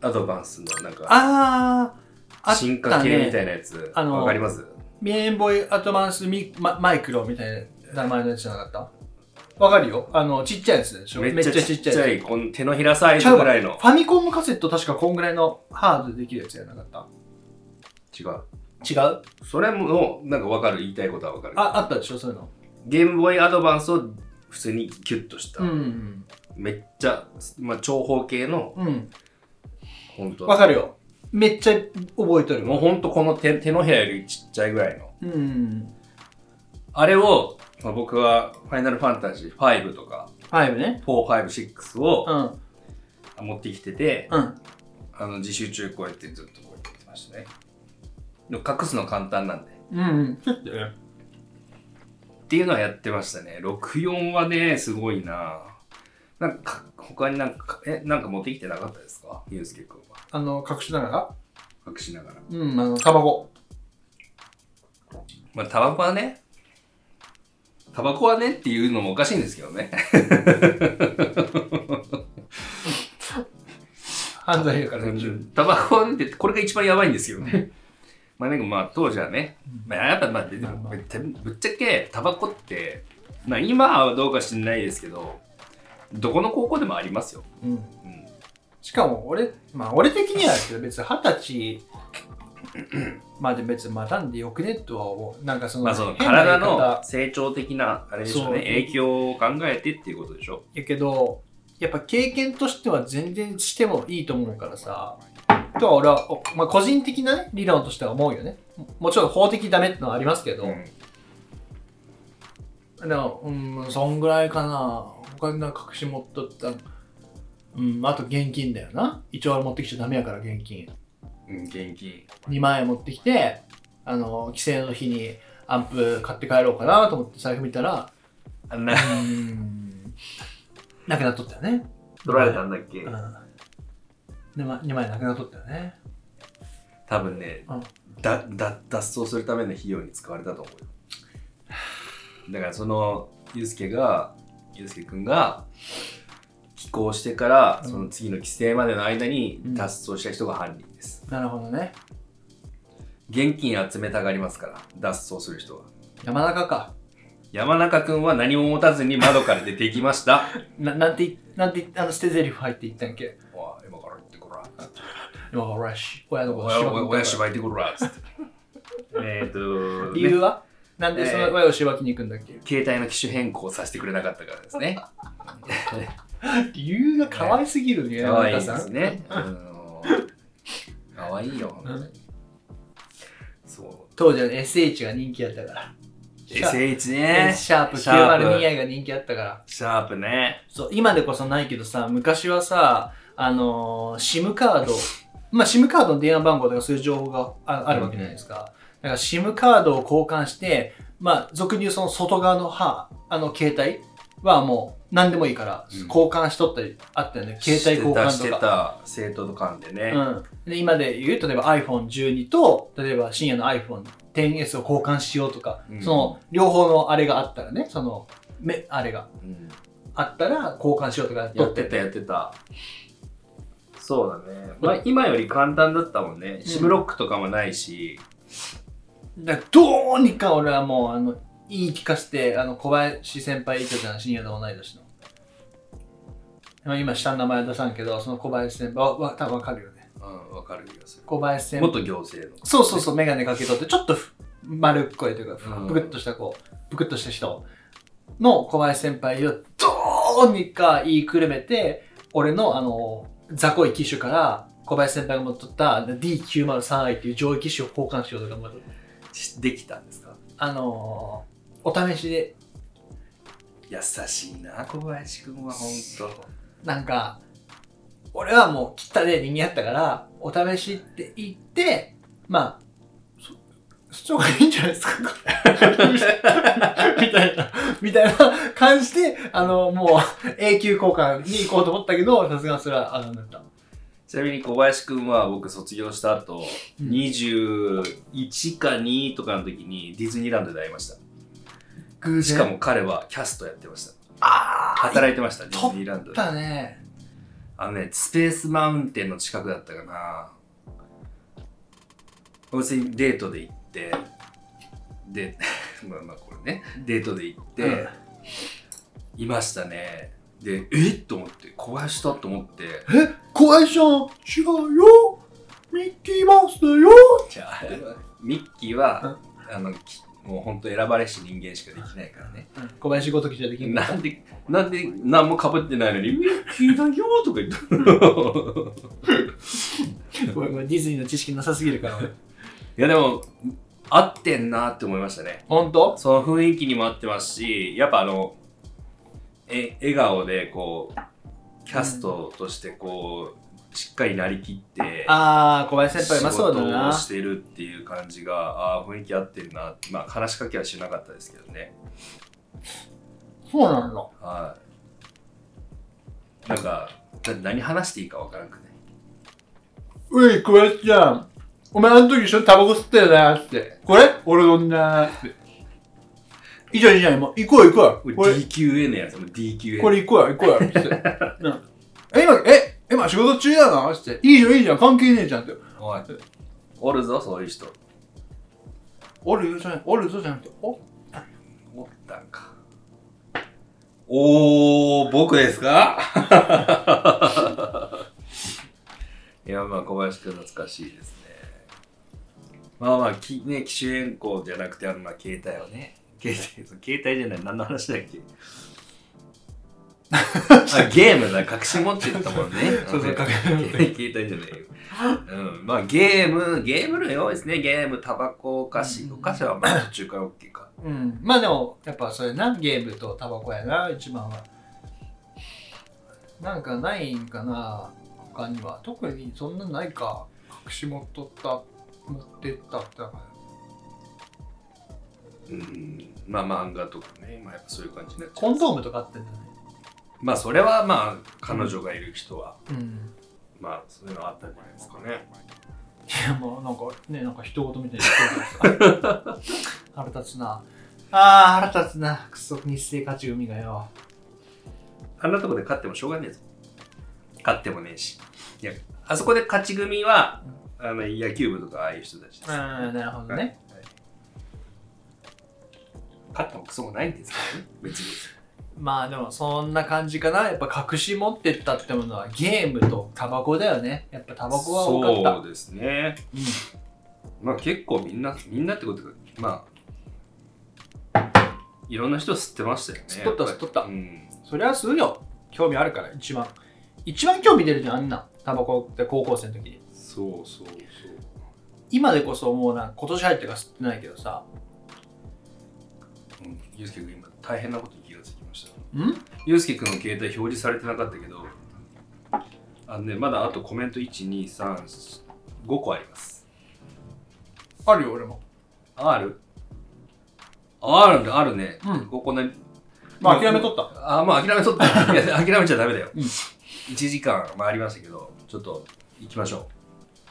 Speaker 2: アドバンスのなんか
Speaker 3: あー、あったね。
Speaker 2: 進化系みたいなやつ
Speaker 3: あのー
Speaker 2: わかります
Speaker 3: ゲームボーイアドバンスミママイクロみたいな名前のやつじゃなかったわかるよあの、ちっちゃいやつでしょ
Speaker 2: めっちゃちっちゃ
Speaker 3: や
Speaker 2: いこの手のひらサイ
Speaker 3: つ
Speaker 2: ズぐらい
Speaker 3: フ
Speaker 2: の
Speaker 3: ァミコンのカセット確かこんぐらいのハードでできるやつじゃなかった
Speaker 2: 違う
Speaker 3: 違う
Speaker 2: それもなんかわかる言いたいことはわかる
Speaker 3: あ、あったでしょそういうの。
Speaker 2: ゲームボーイアドバンスを普通にギュッとした、
Speaker 3: ん。
Speaker 2: めっちゃ、まあ、長方形の
Speaker 3: うん。
Speaker 2: 本当
Speaker 3: わかるよ。めっちゃ覚えとる
Speaker 2: もうほんとこの手手のひらよりちっちゃいぐらいの
Speaker 3: うん。
Speaker 2: あれを、まあ、僕は「ファイナルファンタジー5」とか
Speaker 3: 5ね。
Speaker 2: 456
Speaker 3: う
Speaker 2: を
Speaker 3: ん。
Speaker 2: 持ってきてて、
Speaker 3: うん。
Speaker 2: あの自習中こうやってずっとこうやってやってましたねでも隠すの簡単なんで
Speaker 3: うん。ちょっと
Speaker 2: っていうのはやってましたね64はねすごいななんか他になんかえなんか持ってきてなかったですかゆうすけくんは
Speaker 3: あの、隠しながら
Speaker 2: 隠しながら
Speaker 3: うん、あの、タバコ。
Speaker 2: まあ、タバコはね、タバコはねっていうのもおかしいんですけどね。
Speaker 3: 犯罪やからね。
Speaker 2: タバコはねって、これが一番やばいんですよね。まあ、なんかまあ、当時はね、まあ、やっぱまあ、ででもぶっぶっちゃけ、タバコって、まあ、今はどうか知んないですけど、どこの高校でもありますよ。
Speaker 3: うん。
Speaker 2: うん、
Speaker 3: しかも俺、まあ俺的にはですけど別に二
Speaker 2: [laughs]
Speaker 3: 十歳、まあでも別にまあなんでよくねとは思う。なんかその、
Speaker 2: まあ、その
Speaker 3: 変な言い
Speaker 2: 体
Speaker 3: 方
Speaker 2: の成長的な、あれでしょうね、
Speaker 3: そう
Speaker 2: 影響を考えてっていうことでしょ。
Speaker 3: やけど、やっぱ経験としては全然してもいいと思うからさ。とは俺は、おまあ個人的な、ね、理論としては思うよね。ももちろん法的ダメってのはありますけど、でも、うん、そんぐらいかな。他になんか隠し持っとった。うん、あと現金だよな。一応俺持ってきちゃダメやから現金。
Speaker 2: うん、現金。
Speaker 3: 2万円持ってきて、あの、帰省の日にアンプ買って帰ろうかなと思って財布見たら、
Speaker 2: あん
Speaker 3: [laughs]
Speaker 2: な
Speaker 3: う、ーん、なくなっとったよね。
Speaker 2: 取られたんだっけ
Speaker 3: うん。2万2万円なくなっとったよね。
Speaker 2: 多分ね、
Speaker 3: うん
Speaker 2: だだ脱走するための費用に使われたと思うよだからそのゆうすけがゆうすけくんが帰港してから
Speaker 3: うん
Speaker 2: その次の帰省までの間に
Speaker 3: うん
Speaker 2: 脱走した人が犯人です、
Speaker 3: なるほどね。
Speaker 2: 現金集めたがりますから脱走する人は
Speaker 3: 山中か。
Speaker 2: 山中くんは何も持たずに窓から出てきました
Speaker 3: ななんてい、なんてい、あの、捨て台詞入って言ったんやっけ
Speaker 2: おい今から行ってこら
Speaker 3: 今から俺はし、親のことし
Speaker 2: 親
Speaker 3: ば
Speaker 2: 親芝居行ってこらつってえっと
Speaker 3: 理由
Speaker 2: ね
Speaker 3: は、なんでその親をしばきに行くんだっけ、
Speaker 2: 携帯の機種変更させてくれなかったからですね
Speaker 3: 理由が可愛すぎるね、
Speaker 2: 可
Speaker 3: 山
Speaker 2: 愛
Speaker 3: 中
Speaker 2: いで
Speaker 3: さん。
Speaker 2: すね。可愛いよ、本当に。そう。
Speaker 3: 当時は SH が人気やったから。
Speaker 2: SH ね。
Speaker 3: シャープ
Speaker 2: シャープ
Speaker 3: 902i が人気あったから。
Speaker 2: シャープね。
Speaker 3: そう、今でこそないけどさ、昔はさ、あのー、SIM カード、 [laughs] まあ SIM カードの電話番号とかそういう情報がああるわけじゃないですか。だから SIM カードを交換して、まあ俗に言うその外側の歯、あの携帯はもう何でもいいから
Speaker 2: うん
Speaker 3: 交換しとったりあったよね、携帯交
Speaker 2: して
Speaker 3: 換
Speaker 2: た
Speaker 3: と
Speaker 2: して
Speaker 3: か。
Speaker 2: た生徒間でね、
Speaker 3: うん、で今で言う例えば iPhone12 と例えば深夜の iPhone10S を交換しようとか、
Speaker 2: うん
Speaker 3: その両方のあれがあったらねそのめあれが
Speaker 2: うん
Speaker 3: あったら交換しようとかやっ
Speaker 2: や
Speaker 3: と
Speaker 2: っ
Speaker 3: って
Speaker 2: てたやってたそうだね、まあ、今より簡単だったもんねシブロックとかもないし、
Speaker 3: だからどうにか俺はもうあの言い聞かせてあの小林先輩いたじゃん深夜の同い年のまあ今下の名前は出さんけどその小林先輩はわ多分わかるよね
Speaker 2: うん、わかる気がす
Speaker 3: 小林先
Speaker 2: る
Speaker 3: 輩
Speaker 2: 元行政の
Speaker 3: そうそうそう、メガネかけとって、ちょっとふ丸っこいというか
Speaker 2: う、ん
Speaker 3: ぷくっとした子、ぷくっとした人の小林先輩をどうにか言いくるめて、俺のあの、雑魚い機種から、小林先輩が持っとった D903i っていう上位機種を交換しようとか思って、
Speaker 2: しできたんですか
Speaker 3: あのー、お試しで、
Speaker 2: 優しいな小林君は本当
Speaker 3: なんか、俺はもう切ったで人間やったから、お試しって言って、まあ、そ、そっちの方がいいんじゃないです
Speaker 2: [laughs]
Speaker 3: か、みたいな、みたいな感じで、あの、もう、永久交換に行こうと思ったけど、さすがにそれは、あの、なんだ。
Speaker 2: ちなみに小林君は僕卒業した後、
Speaker 3: うん
Speaker 2: 21か2とかの時にディズニーランドで会いました
Speaker 3: 偶
Speaker 2: しかも彼はキャストやってました
Speaker 3: ああ、
Speaker 2: 働いてましたデ
Speaker 3: と
Speaker 2: ィ
Speaker 3: っ
Speaker 2: ズニーランドで
Speaker 3: だね。
Speaker 2: あのねスペースマウンテンの近くだったかな別にデートで行ってで [laughs] まあまあこれねデートで行って、
Speaker 3: うん
Speaker 2: いましたねでえっと思って小林だと思って
Speaker 3: 小林さん、違うよミッキーマウスだよ
Speaker 2: じゃあミッキーは、あのきもう本当選ばれし人間しかできないからね
Speaker 3: 小林ごときじゃできんかっ
Speaker 2: な
Speaker 3: た
Speaker 2: んで、なんで、何もかぶってないのに、ミッキーだよとか言 [laughs] った
Speaker 3: [laughs] ごめんごめんディズニーの知識なさすぎるから、俺。
Speaker 2: いや、でも、合ってんなって思いましたね。
Speaker 3: ほんと
Speaker 2: その雰囲気にも合ってますし、やっぱあの、え、笑顔で、こう、キャストとして、こう、しっかりなりきって、
Speaker 3: あー、小林先輩、
Speaker 2: 仕
Speaker 3: まあそうだ
Speaker 2: 事を
Speaker 3: な。
Speaker 2: してるっていう感じが、ああー、雰囲気合ってるなって、まあ、話しかけはしなかったですけどね。
Speaker 3: そうなんだ。
Speaker 2: はい。なんか、な何話していいかわからんくね。
Speaker 3: うい、小林ちゃん。お前あの時一緒にタバコ吸ったよなって。これ俺飲んだーって。いいじゃんいいじゃん、もう行こう行こう。これ
Speaker 2: DQA のやつも DQA
Speaker 3: これ行こうよ、行こうよ、つって。うんえ、今、え、今仕事中やなつって。いいじゃん、いいじゃん、関係ねえじゃんって。
Speaker 2: おいおるぞそういう人
Speaker 3: おるよ、じゃん、おるぞ、じゃなくて、お、
Speaker 2: おったんかおー僕ですか [laughs] いやまあ小林君懐かしいですねまあまあき、ね、機種変更じゃなくてあのまあ携帯をね携帯そう携帯じゃない何の話だっけ [laughs] あゲームだ隠し持って言ったもん [laughs] ね
Speaker 3: そうそう隠し持って
Speaker 2: 携帯じゃないようん、まあゲーム、ゲーム類多いですね。ゲーム、タバコ、お菓子。
Speaker 3: うん
Speaker 2: お菓子はまあ途中から OK か。
Speaker 3: うん。まあでも、やっぱそれな、ゲームとタバコやな、一番は。なんかないんかな、他には。特にそんなないか。隠し持っとった、持ってったってなんか
Speaker 2: うん、まあ漫画とかね、まあやっぱそういう感じになっちゃ
Speaker 3: コ
Speaker 2: う
Speaker 3: ン。ドームとかあってんだよね。
Speaker 2: まあそれはまあ彼女がいる人は、
Speaker 3: うん。
Speaker 2: まあそういうのあったんじゃないですかね。
Speaker 3: いや、もうなんかね、なんか人事 [laughs] みたいに言ってるからさ腹立つな。ああ、腹立つな。クソ、日生勝ち組がよ。
Speaker 2: あんなとこで勝ってもしょうがねえぞ。勝ってもねえし。いや、あそこで勝ち組は、あの野球部とかああいう人たちで
Speaker 3: うん、
Speaker 2: す。はい
Speaker 3: なるほどね。
Speaker 2: 勝ってもクソもないんですからね、別に。
Speaker 3: まあでも、そんな感じかな。やっぱ隠し持ってったってものはゲームとタバコだよね。やっぱタバコは多かった。
Speaker 2: そうですね。
Speaker 3: うん
Speaker 2: まあ結構みんな、みんなってことか、まあ、いろんな人吸ってましたよね。
Speaker 3: 吸っとった吸
Speaker 2: やぱり
Speaker 3: っとった
Speaker 2: うん。
Speaker 3: そりゃ吸うよ。興味あるから、一番。一番興味出るじゃん、あんな。タバコって高校生の時に。
Speaker 2: そうそうそう。
Speaker 3: 今でこそもうな、今年入ってから吸ってないけどさ。
Speaker 2: うん、ゆうすけ君今大変なことに気がつきました。
Speaker 3: ん
Speaker 2: ゆうすけ君の携帯表示されてなかったけど、あのね、まだあとコメント1、2、3、5個あります。
Speaker 3: あるよ、俺も。
Speaker 2: あるあるあるね。
Speaker 3: うん
Speaker 2: ここね、
Speaker 3: まあ諦めとった。
Speaker 2: あ、まあ諦めと
Speaker 3: [laughs]
Speaker 2: った。いや、諦めちゃダメだよ。1時間回りましたけど、ちょっと行きましょ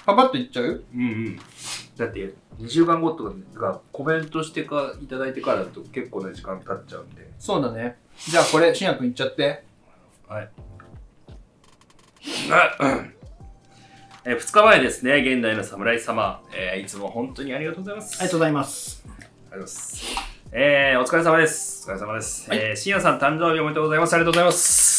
Speaker 3: パパッといっちゃう
Speaker 2: う。うんうん。だって、2週間後とかがコメントしてかいただいてからだと結構な時間経っちゃうんで。
Speaker 3: そうだね。じゃあこれ、しんやくんいっちゃって。
Speaker 2: はい。え2日前ですね、現代の侍様、えーいつも本当にありがとうございま
Speaker 1: あ
Speaker 2: す。
Speaker 1: りがとうございます。
Speaker 2: ありがとうございます。えー、お疲れ様です。お疲れ様です。えー、深夜さん誕生日おめでとうございます。ありがとうございます。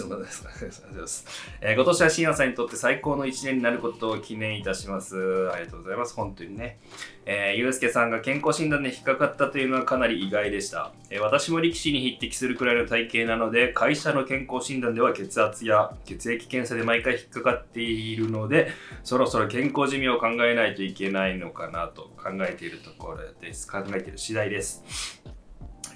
Speaker 2: そうなんですありがとうございます。えー、今年は深夜さんにとって最高の一年になることを記念いたします。ありがとうございます。本当にね。えー、ゆうすけさんが健康診断で引っかかったというのはかなり意外でした、えー私も力士に匹敵するくらいの体型なので会社の健康診断では血圧や血液検査で毎回引っかかっているのでそろそろ健康寿命を考えないといけないのかなと考えているところです考えている次第です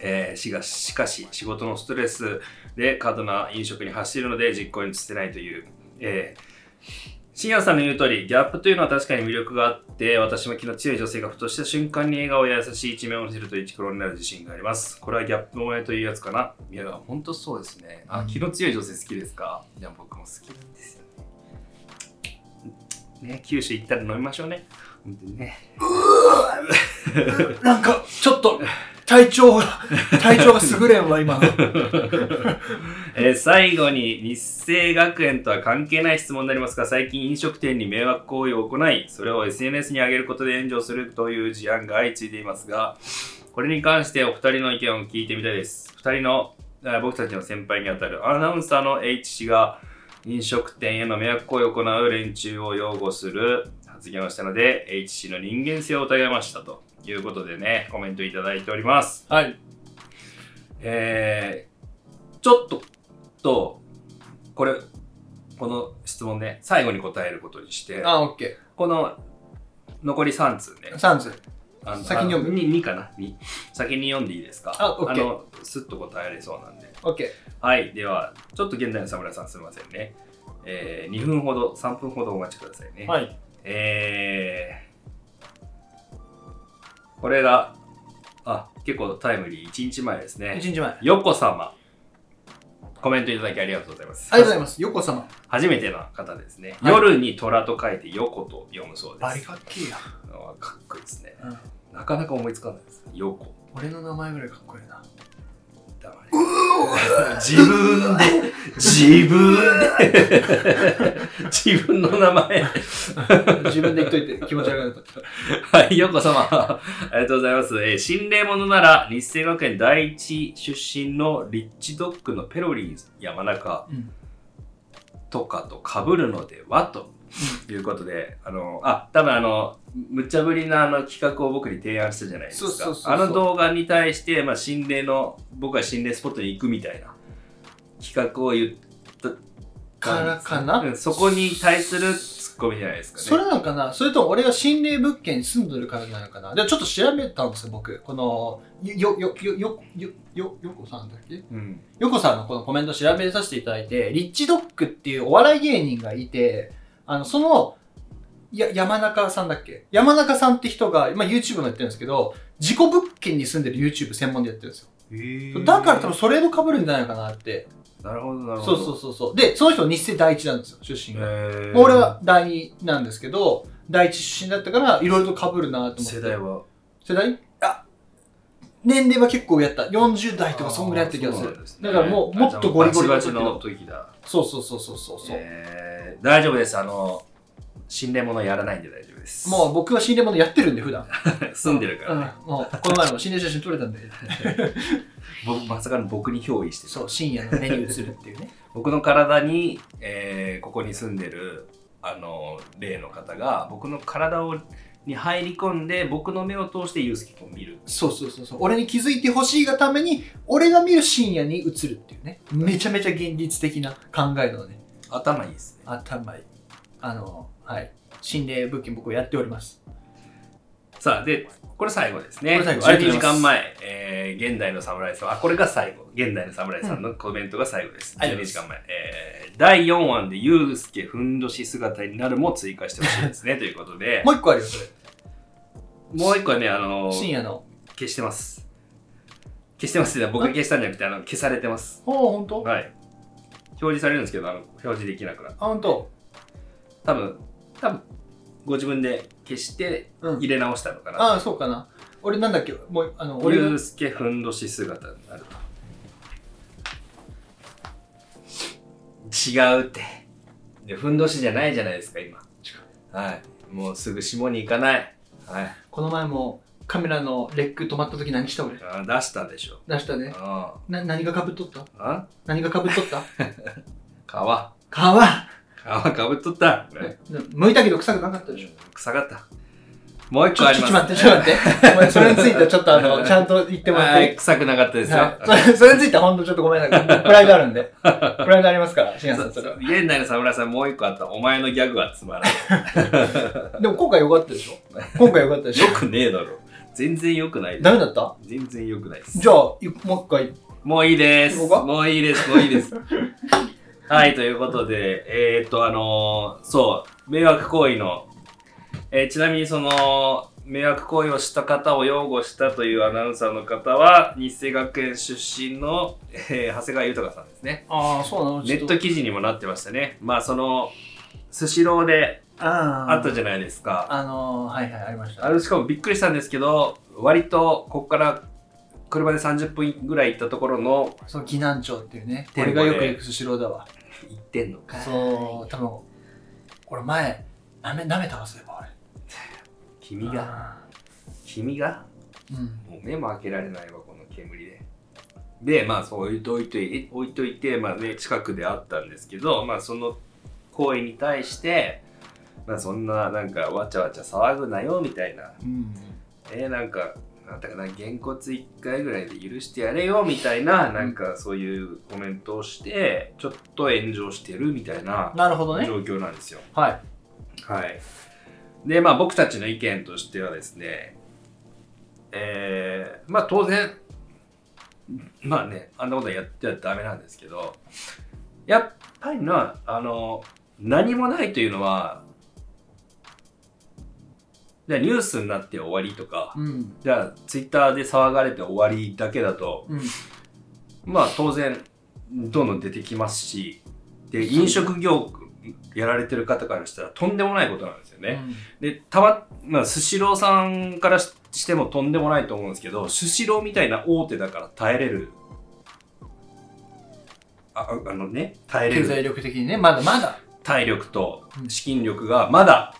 Speaker 2: えーしがしかし仕事のストレスで過度な飲食に走るので実行に移せないという、えー深夜さんの言う通り、ギャップというのは確かに魅力があって、私も気の強い女性がふとした瞬間に笑顔や優しい一面を見せると一クロになる自信があります。これはギャップ萌えというやつかな。いや、本当そうですね。あ、気の強い女性好きですかいや、僕も好きなんですよね。ね、九州行ったら飲みましょうね。本当にね。
Speaker 3: なんか、ちょっと、体調が、 [laughs] 体調が優れんわ、今の。
Speaker 2: えー最後に日生学園とは関係ない質問になりますが最近飲食店に迷惑行為を行いそれを SNS に上げることで炎上するという事案が相次いでいますがこれに関してお二人の意見を聞いてみたいです二人のあ僕たちの先輩にあたるアナウンサーの H 氏が飲食店への迷惑行為を行う連中を擁護する発言をしたので H 氏の人間性を疑いましたということでねコメントいただいております
Speaker 3: はい。
Speaker 2: えー、ちょっと、と、これ、この質問ね、最後に答えることにして、
Speaker 3: あ、オッケ
Speaker 2: この、残り3通ね
Speaker 3: ー。。サンズ。
Speaker 2: あの
Speaker 3: 先に読む
Speaker 2: あのに 2, かな ?2。先に読んでいいですか
Speaker 3: あオッケー
Speaker 2: の、スッと答えれそうなんで。
Speaker 3: オッケ
Speaker 2: はい、では、ちょっと現代の侍さんすみませんね。えー、2分ほど、3分ほどお待ちくださいね。
Speaker 3: ー。はい。
Speaker 2: えー、これが、あ、結構タイムリー、1日前ですね。
Speaker 3: 一日前。あり
Speaker 2: よこ様コメントいただきありがとうございます
Speaker 3: がとうございます。よこさま。
Speaker 2: 初めての方ですね、
Speaker 3: はい
Speaker 2: 夜に虎と書いて横と読むそうです
Speaker 3: バリカッキーや。
Speaker 2: あかっこいいですね
Speaker 3: うん。
Speaker 2: なかなか思いつかないです横
Speaker 3: 俺の名前ぐらいかっこいいな。
Speaker 2: 黙れ
Speaker 3: [laughs]
Speaker 2: 自分で自分で [laughs] 自分の名前
Speaker 3: [laughs] 自分で言っといて気持ち悪くなった。
Speaker 2: はい、ようこそま。ありがとうございます。えー、心霊者なら、日清学園第一出身のリッチドッグのペロリー山中
Speaker 3: うん
Speaker 2: とかと被るのではと。いうことで、あの、あ、多分あの、無茶ぶりなあの企画を僕に提案したじゃないですか。
Speaker 3: そうそうそうそう
Speaker 2: あの動画に対して、まあ、心霊の、僕は心霊スポットに行くみたいな企画を言った。
Speaker 3: からかな
Speaker 2: うんそこに対するツッコミじゃないですかね。
Speaker 3: それなのかなそれとも俺が心霊物件に住んでるからなのかなでちょっと調べたんですよ、僕。この、よ、よ、よ、よ、よ、よ、よこさんだっけ
Speaker 2: うん。
Speaker 3: よこさんのこのコメント調べさせていただいて、リッチドッグっていうお笑い芸人がいて、あの、その、や、山中さんだっけ山中さんって人が、今 YouTube もやってるんですけど、事故物件に住んでる YouTube 専門でやってるんですよ。だから多分それと被るんじゃないかなって。
Speaker 2: なるほど、なるほ
Speaker 3: そ
Speaker 2: ど。
Speaker 3: うそうそうそう。で、その人日生第一なんですよ、出身が。
Speaker 2: えー
Speaker 3: もう俺は第二なんですけど、第一出身だったから、いろいろと被るなと思って。
Speaker 2: 世代は
Speaker 3: 世代あ、年齢は結構やった。40代とかそんぐらいやった気がす
Speaker 2: そう
Speaker 3: る
Speaker 2: なん。ですね
Speaker 3: だからもう、もっとゴリゴリ
Speaker 2: バチバチの時だ
Speaker 3: そうそうそうそうそうそう。
Speaker 2: えー大丈夫ですあの心霊物やらないんで大丈夫です
Speaker 3: もう僕は心霊物やってるんで、普
Speaker 2: [laughs]
Speaker 3: 段。
Speaker 2: 住んでるからね、
Speaker 3: うん、もうこの前も心霊写真撮れたんで、
Speaker 2: 僕まさかの僕に憑依して
Speaker 3: そう、深夜の目に映るっていうね。
Speaker 2: 僕の体に、えーここに住んでるあの霊の方が僕の体をに入り込んで僕の目を通してユースケ君を見る
Speaker 3: そうそうそうそう。俺に気づいてほしいがために、俺が見る深夜に映るっていうね。めちゃめちゃ現実的な考えのね、
Speaker 2: 頭いいですね
Speaker 3: 頭いい。あの、はい。心霊物件僕はやっております。
Speaker 2: さあでこれ最後ですね
Speaker 3: これ最後ありがと
Speaker 2: 12
Speaker 3: う
Speaker 2: 時
Speaker 3: ございます
Speaker 2: 間前、えー現代の侍さんあこれが最後現代の侍さんのコメントが最後です、
Speaker 3: ありがと
Speaker 2: 12
Speaker 3: うご
Speaker 2: 時
Speaker 3: ざ
Speaker 2: 間前、えー第4話でユースケふんどし姿になるも追加してほしいで
Speaker 3: [laughs]
Speaker 2: すねということで
Speaker 3: もう一個あるよ、それ。
Speaker 2: もう一個はねあのー
Speaker 3: 深夜の。
Speaker 2: 消してます消してますね。僕が消したんじゃなくて、あの、消されてます。
Speaker 3: ああ、ほんとあ、
Speaker 2: はい。表示されるんですけど、あの、表示できなくなる。
Speaker 3: ほんと。
Speaker 2: 多分、多分、ご自分で消して
Speaker 3: うん
Speaker 2: 入れ直したのかな。
Speaker 3: ああ、そうかな。俺なんだっけもう、あの、
Speaker 2: 俺
Speaker 3: 俺
Speaker 2: ユうスケふんどし姿になる違うって。でふんどしじゃないじゃないですか、今。はい。もうすぐ下に行かない。はい。
Speaker 3: この前もカメラのレック止まった時何した俺。
Speaker 2: あ出したでしょ。
Speaker 3: 出したね。
Speaker 2: あ
Speaker 3: な、何がかぶっとった
Speaker 2: あ。あ
Speaker 3: 何がかぶっと
Speaker 2: [laughs]
Speaker 3: った
Speaker 2: 皮。
Speaker 3: 皮な
Speaker 2: 皮かぶっとった。
Speaker 3: 剥いたけど臭くなかったでしょ
Speaker 2: 臭かった。もう一
Speaker 3: ち
Speaker 2: 個
Speaker 3: ょ
Speaker 2: あ
Speaker 3: ち
Speaker 2: り
Speaker 3: ょ
Speaker 2: ま
Speaker 3: っ
Speaker 2: す。
Speaker 3: と待って、ちょっと待って。
Speaker 2: [laughs]
Speaker 3: ごめんそれについてはちょっとあの、ちゃんと言ってもら
Speaker 2: は
Speaker 3: っ
Speaker 2: い、
Speaker 3: て。
Speaker 2: 臭くなかったですよ。
Speaker 3: はい、それそれについては本当ちょっとごめんなさい。プライドあるん
Speaker 2: [laughs]
Speaker 3: で。プライドありますから、しんやさん、それは。
Speaker 2: 現代の侍さんもう一個あった。お前のギャグはつまらな
Speaker 3: でも今回良かったでしょ今回良かったで
Speaker 2: い。
Speaker 3: しょ
Speaker 2: よくねえだろ。全然よくないで
Speaker 3: ダ
Speaker 2: す。
Speaker 3: メだった
Speaker 2: 全然よくないです
Speaker 3: じ。ゃあ、いもう一回。
Speaker 2: もういいです。
Speaker 3: ここ
Speaker 2: もういいです。もういいです。はい、ということで、えー、っと、あのーそう、迷惑行為の、えーちなみにその、迷惑行為をした方を擁護したというアナウンサーの方は、日生学園出身の、えー長谷川豊さんですね。
Speaker 3: ああ、そうなの
Speaker 2: ネット記事にもなってましたね。まあ、その、スシローで
Speaker 3: あ
Speaker 2: あったじゃないですか。
Speaker 3: あのー、はいはい、ありました。
Speaker 2: あれしかもびっくりしたんですけど、割とここから車で30分ぐらい行ったところの
Speaker 3: そう、避難庁っていうね。
Speaker 2: 店舗
Speaker 3: 俺が
Speaker 2: で
Speaker 3: よく行くスシローだわ。
Speaker 2: 行ってんのか。
Speaker 3: そう、多分、俺前、なめ、舐めたわ、そういえば
Speaker 2: 君
Speaker 3: 俺。
Speaker 2: が、君が、
Speaker 3: うん。
Speaker 2: もう目も開けられないわ、この煙で。で、まあ、そう置いといて、置いといて、まあね、近くであったんですけど、まあ、その行為に対して、まあ、そんな、なんか、わちゃわちゃ騒ぐなよ、みたいな。
Speaker 3: うん。
Speaker 2: えー、なんか、なんだかな、げんこつ1回ぐらいで許してやれよみたいな、なんかそういうコメントをして、ちょっと炎上してるみたいな
Speaker 3: なるほどね。
Speaker 2: 状況なんですよ。
Speaker 3: はい。
Speaker 2: はい。で、まあ僕たちの意見としてはですね、えー、まあ当然、まあね、あんなことやってはダメなんですけど、やっぱりな、あの、何もないというのは、じゃあニュースになって終わりとか、
Speaker 3: うん。
Speaker 2: じゃあ、ツイッターで騒がれて終わりだけだと、
Speaker 3: うん。
Speaker 2: まあ当然、どんどん出てきますし、で、飲食業やられてる方からしたらとんでもないことなんですよね。で、たま、まあ、スシローさんからししてもとんでもないと思うんですけど、スシローみたいな大手だから耐えれる。あああのね、耐えれ
Speaker 3: 経
Speaker 2: る
Speaker 3: 済力的にね、まだまだ。
Speaker 2: 体力と
Speaker 3: うん
Speaker 2: 資金力がまだ、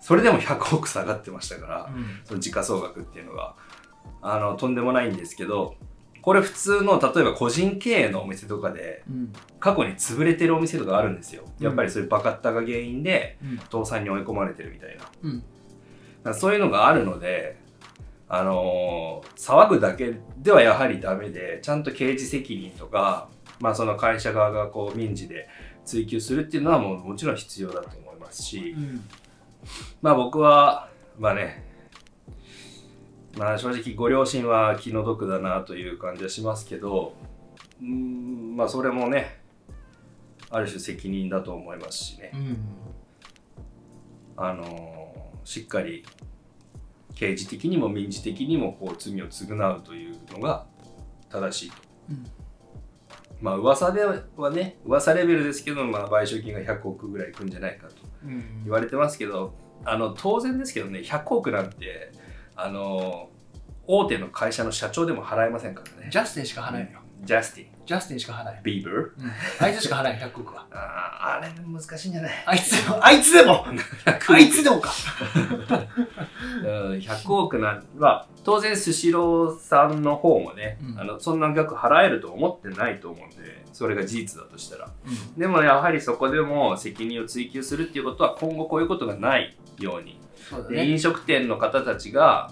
Speaker 2: それでも100億下がってましたから、
Speaker 3: うん。
Speaker 2: その時価総額っていうのがあのとんでもないんですけどこれ普通の例えば個人経営のお店とかで
Speaker 3: うん。
Speaker 2: 過去に潰れてるお店とかあるんですよ
Speaker 3: うん
Speaker 2: やっぱりそういうバカッタが原因で
Speaker 3: うん。
Speaker 2: 倒産に追い込まれてるみたいな、
Speaker 3: うん
Speaker 2: だからそういうのがあるのであのー騒ぐだけではやはりダメでちゃんと刑事責任とか、まあ、その会社側がこう民事で追及するっていうのはもうもちろん必要だと思いますし、
Speaker 3: うん。
Speaker 2: まあ僕は、まあね、まあ正直ご両親は気の毒だなという感じはしますけど、うーん、まあそれもね、ある種責任だと思いますしね
Speaker 3: う、ん。
Speaker 2: あのーしっかり刑事的にも民事的にもこう罪を償うというのが正しいと。
Speaker 3: うん
Speaker 2: まあ噂ではね、噂レベルですけど、まあ賠償金が100億ぐらいいくんじゃないかと。
Speaker 3: うん
Speaker 2: 言われてますけどあの当然ですけどね100億なんてあの大手の会社の社長でも払えませんからね
Speaker 3: ジャスティンしか払えんよ。
Speaker 2: ジャスティン
Speaker 3: ジャスティンしか払えん。
Speaker 2: ビーバー
Speaker 3: うんあいつしか払えん、100億は。
Speaker 2: あーあれ難しいんじゃない
Speaker 3: あいつでも、あいつでも、あいつでもか。
Speaker 2: うん100億なんは当然スシローさんの方もね、
Speaker 3: うん
Speaker 2: あのそんな額払えると思ってないと思うんでそれが事実だとしたらでもやはりそこでも責任を追及するっていうことは今後こういうことがないように
Speaker 3: そうだ
Speaker 2: で
Speaker 3: ね。
Speaker 2: 飲食店の方たちが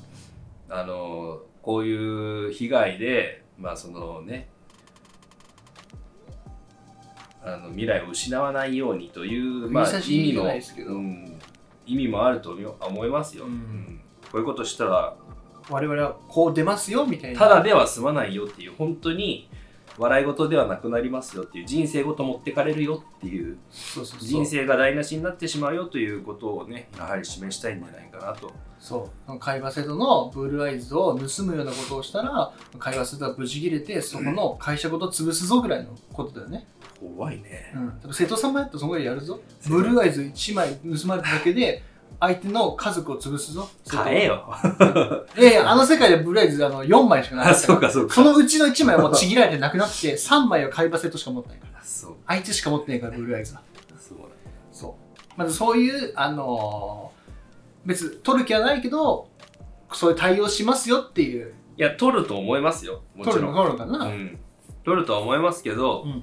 Speaker 2: あのこういう被害でまあそのねあの未来を失わないようにという、まあ、
Speaker 3: 指差し
Speaker 2: 意味
Speaker 3: じゃ
Speaker 2: の
Speaker 3: ないですけど
Speaker 2: うん意味もあると思い思いますよ、
Speaker 3: うん
Speaker 2: うんこういうことしたら
Speaker 3: 我々はこう出ますよ、みたいな。
Speaker 2: ただでは済まないよっていう本当に笑い事ではなくなりますよっていう人生ごと持ってかれるよっていう
Speaker 5: そうそうそう
Speaker 2: 人生が台無しになってしまうよということをねやはり示したいんじゃないかなと
Speaker 3: そう会話制度のブルーアイズを盗むようなことをしたら会話制度はブチ切れてそこの会社ごと潰すぞぐらいのことだよね、
Speaker 2: 怖いね
Speaker 3: うん、多分瀬戸様やったらそのぐらいやるぞブルーアイズ1枚盗まれただけで相手の家族を潰すぞ
Speaker 2: 買えよ
Speaker 3: いやいやあの世界でブルーアイズあの4枚しかなか
Speaker 2: あ
Speaker 3: ったか
Speaker 2: そう
Speaker 3: ら
Speaker 2: かそうか
Speaker 3: そのうちの1枚はもうちぎられてなくなって3枚は会話制度しか持ってないから
Speaker 2: そう
Speaker 3: あいつしか持ってないからブルーアイズは
Speaker 2: そう
Speaker 3: まずそういう、あのー別に取る気はないけど、そういう対応しますよっていう、
Speaker 2: いや取ると思いますよも
Speaker 3: 取
Speaker 2: ち
Speaker 3: る
Speaker 2: ろ
Speaker 3: の
Speaker 2: ん
Speaker 3: 取るのかな、
Speaker 2: うん、取るとは思いますけど、
Speaker 3: うん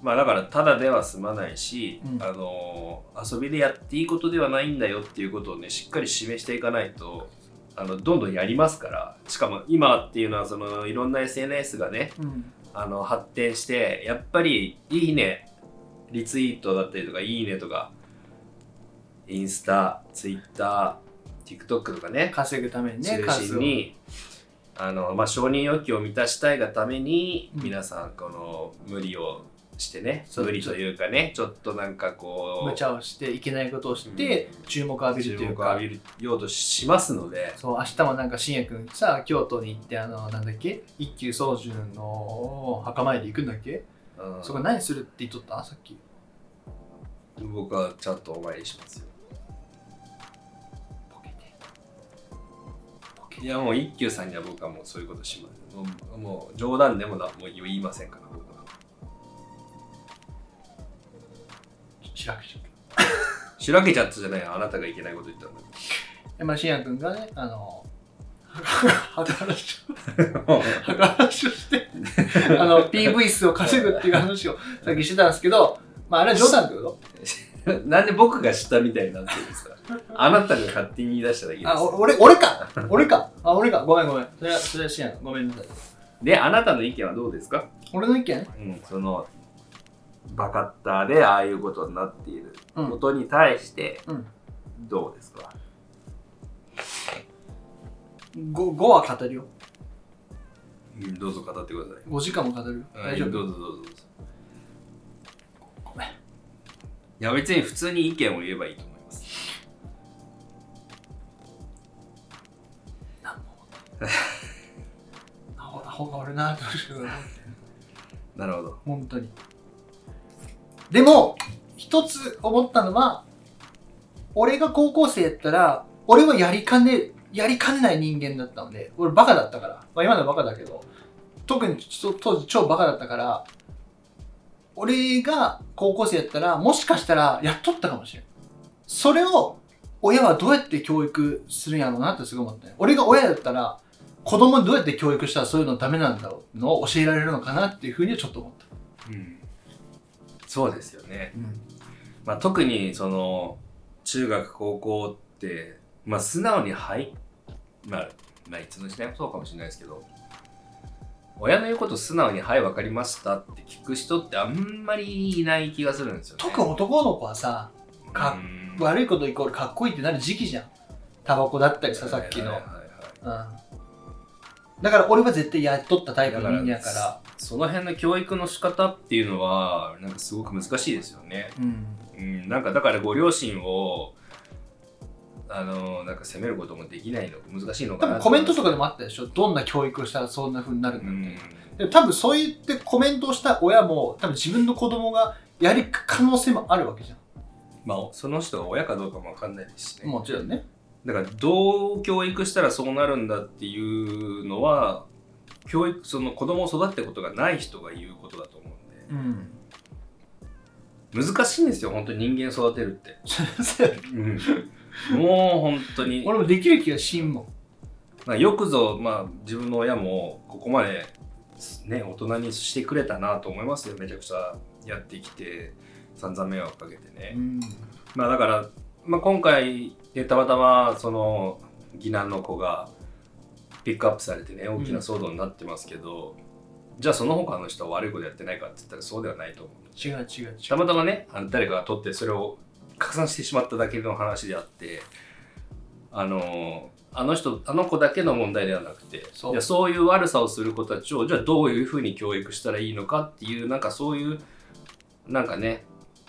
Speaker 2: まあだからただでは済まないし、
Speaker 3: うん
Speaker 2: あのー遊びでやっていいことではないんだよっていうことをねしっかり示していかないとあのどんどんやりますからしかも今っていうのはそのいろんな SNS がね
Speaker 3: うん
Speaker 2: あの発展してやっぱり「いいね」リツイートだったりとか「いいね」とかインスタツイッター TikTok とかね
Speaker 3: 稼ぐためにね、
Speaker 2: 中心に、あのまあ、承認欲求を満たしたいがために、
Speaker 3: うん
Speaker 2: 皆さんこの無理をしてね
Speaker 3: そう
Speaker 2: 無理というかねちょっとなんかこ
Speaker 3: 数を
Speaker 2: う
Speaker 3: 無茶をして、いけないことをして、
Speaker 2: うん
Speaker 3: 注目を浴びるという
Speaker 2: 注目を
Speaker 3: か
Speaker 2: 浴、びようとしますので
Speaker 3: そう、明日もなんか、信也くんさ、京都に行って、あの、なんだっけ、一休宗純の墓参り行くんだっけ、
Speaker 2: うん
Speaker 3: そこ何するって言っとったさっき。
Speaker 2: 僕はちゃんとお参りしますよ
Speaker 3: ボケて。ボケ
Speaker 2: い
Speaker 3: て。
Speaker 2: やもう一休さんには僕はもうそういうことしますもうもう冗談でもなもう言いませんから僕は
Speaker 3: しらくしらく
Speaker 2: しらけちゃったじゃないあなたがいけないこと言ったんだ
Speaker 3: でまあ、信也くんがね、あの、墓墓荒らし [laughs]
Speaker 2: け
Speaker 3: 話をして、あの、PV 数を稼ぐっていう話をさっきしてたんですけど、まあ、あれは冗談ってこと
Speaker 2: どなんで僕が知ったみたいになってるんですかあなたが勝手に言い出しただけです
Speaker 3: あ、お俺、俺か俺かあ、俺かごめんごめん。それは、それはしやん。ごめんなさい。
Speaker 2: であなたの意見はどうですか、
Speaker 3: 俺の意見
Speaker 2: うん、そのバカッターでああいうことになっている
Speaker 3: う
Speaker 2: こ
Speaker 3: ん。
Speaker 2: とに対して
Speaker 3: うん
Speaker 2: どうですか、
Speaker 3: 5, 5は語るよ。
Speaker 2: うんどうぞ語ってください
Speaker 3: 5時間も語るよ。大丈
Speaker 2: うんど
Speaker 3: 夫。
Speaker 2: うぞどうぞどうぞ
Speaker 3: ごめん。
Speaker 2: いや別に普通に意見を言えばいいと思います
Speaker 3: なんも思った。アホ、アホが俺なって思うけど
Speaker 2: なるほど
Speaker 3: 本当に。でも、一つ思ったのは、俺が高校生やったら、俺はやりかね、やりかねない人間だったので、俺バカだったから、まあ今のはバカだけど、特にちょ当時超バカだったから、俺が高校生やったら、もしかしたらやっとったかもしれん。それを、親はどうやって教育するんやろうなってすごい思ったね。俺が親だったら、子供にどうやって教育したらそういうのダメなんだろうのを教えられるのかなっていうふうにはちょっと思った。
Speaker 2: うんそうですよね
Speaker 3: うん
Speaker 2: まあ、特にその中学高校って、まあ、素直にはい、まあ、まあいつの時代もそうかもしれないですけど親の言うこと素直に「はい分かりました」って聞く人ってあんまりいない気がするんですよね。
Speaker 3: 特に男の子はさか
Speaker 2: うん
Speaker 3: 悪いことイコールかっこいいってなる時期じゃんタバコだったりささっきの、
Speaker 2: はいはいはいはい
Speaker 3: うん、だから俺は絶対やっとったタイプの人間やから
Speaker 2: だその辺の教育の仕方っていうのはなんかすごく難しいですよね。
Speaker 3: うん
Speaker 2: うん、なんかだからご両親をあのなんか責めることもできないの難しいの
Speaker 3: 多
Speaker 2: かな
Speaker 3: 分
Speaker 2: と
Speaker 3: コメントとかでもあったでしょどんな教育をしたらそんな風になるん
Speaker 2: う
Speaker 3: だって、
Speaker 2: ん
Speaker 3: でも多分そう言ってコメントをした親も多分自分の子供がやる可能性もあるわけじゃん、
Speaker 2: まあ、その人が親かどうかも分かんないですしね、
Speaker 3: もちろんね
Speaker 2: だからどう教育したらそうなるんだっていうのは教育その子供を育てたことがない人が言うことだと思うん
Speaker 3: うん
Speaker 2: で難しいんですよ本当に人間育てるって、
Speaker 3: そうやね
Speaker 2: もう本当に
Speaker 3: 俺もできる気がしんもん
Speaker 2: まあよくぞ、まあ、自分の親もここまで、ね、大人にしてくれたなと思いますよめちゃくちゃやってきて散々迷惑かけてね、
Speaker 3: うん
Speaker 2: まあだから、まあ、今回でたまたまその疑難の子がピックアップされてね大きな騒動になってますけど、じゃあその他の人は悪いことやってないかって言ったらそうではないと思う
Speaker 3: 違う違う違
Speaker 2: た
Speaker 3: う
Speaker 2: またまねあの誰かが取ってそれを拡散してしまっただけの話であってあのーあの人あの子だけの問題ではなくて
Speaker 3: そう
Speaker 2: いやそういう悪さをする子たちをじゃあどういうふうに教育したらいいのかっていうなんかそういうなんかね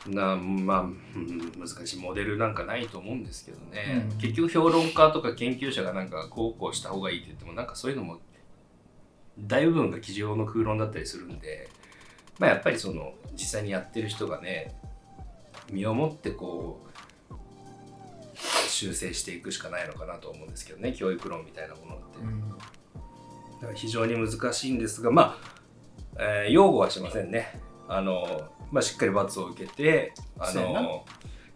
Speaker 2: なまあ、うん難しいモデルなんかないと思うんですけどね、
Speaker 6: うん
Speaker 2: 結局評論家とか研究者がなんかこうこうした方がいいって言ってもなんかそういうのも大部分が机上の空論だったりするんで、まあ、やっぱりその実際にやってる人がね身をもってこう修正していくしかないのかなと思うんですけどね教育論みたいなものって。だから非常に難しいんですがまあ、えー擁護はしませんねあの、まあ、しっかり罰を受けてあ
Speaker 6: そうやな
Speaker 2: の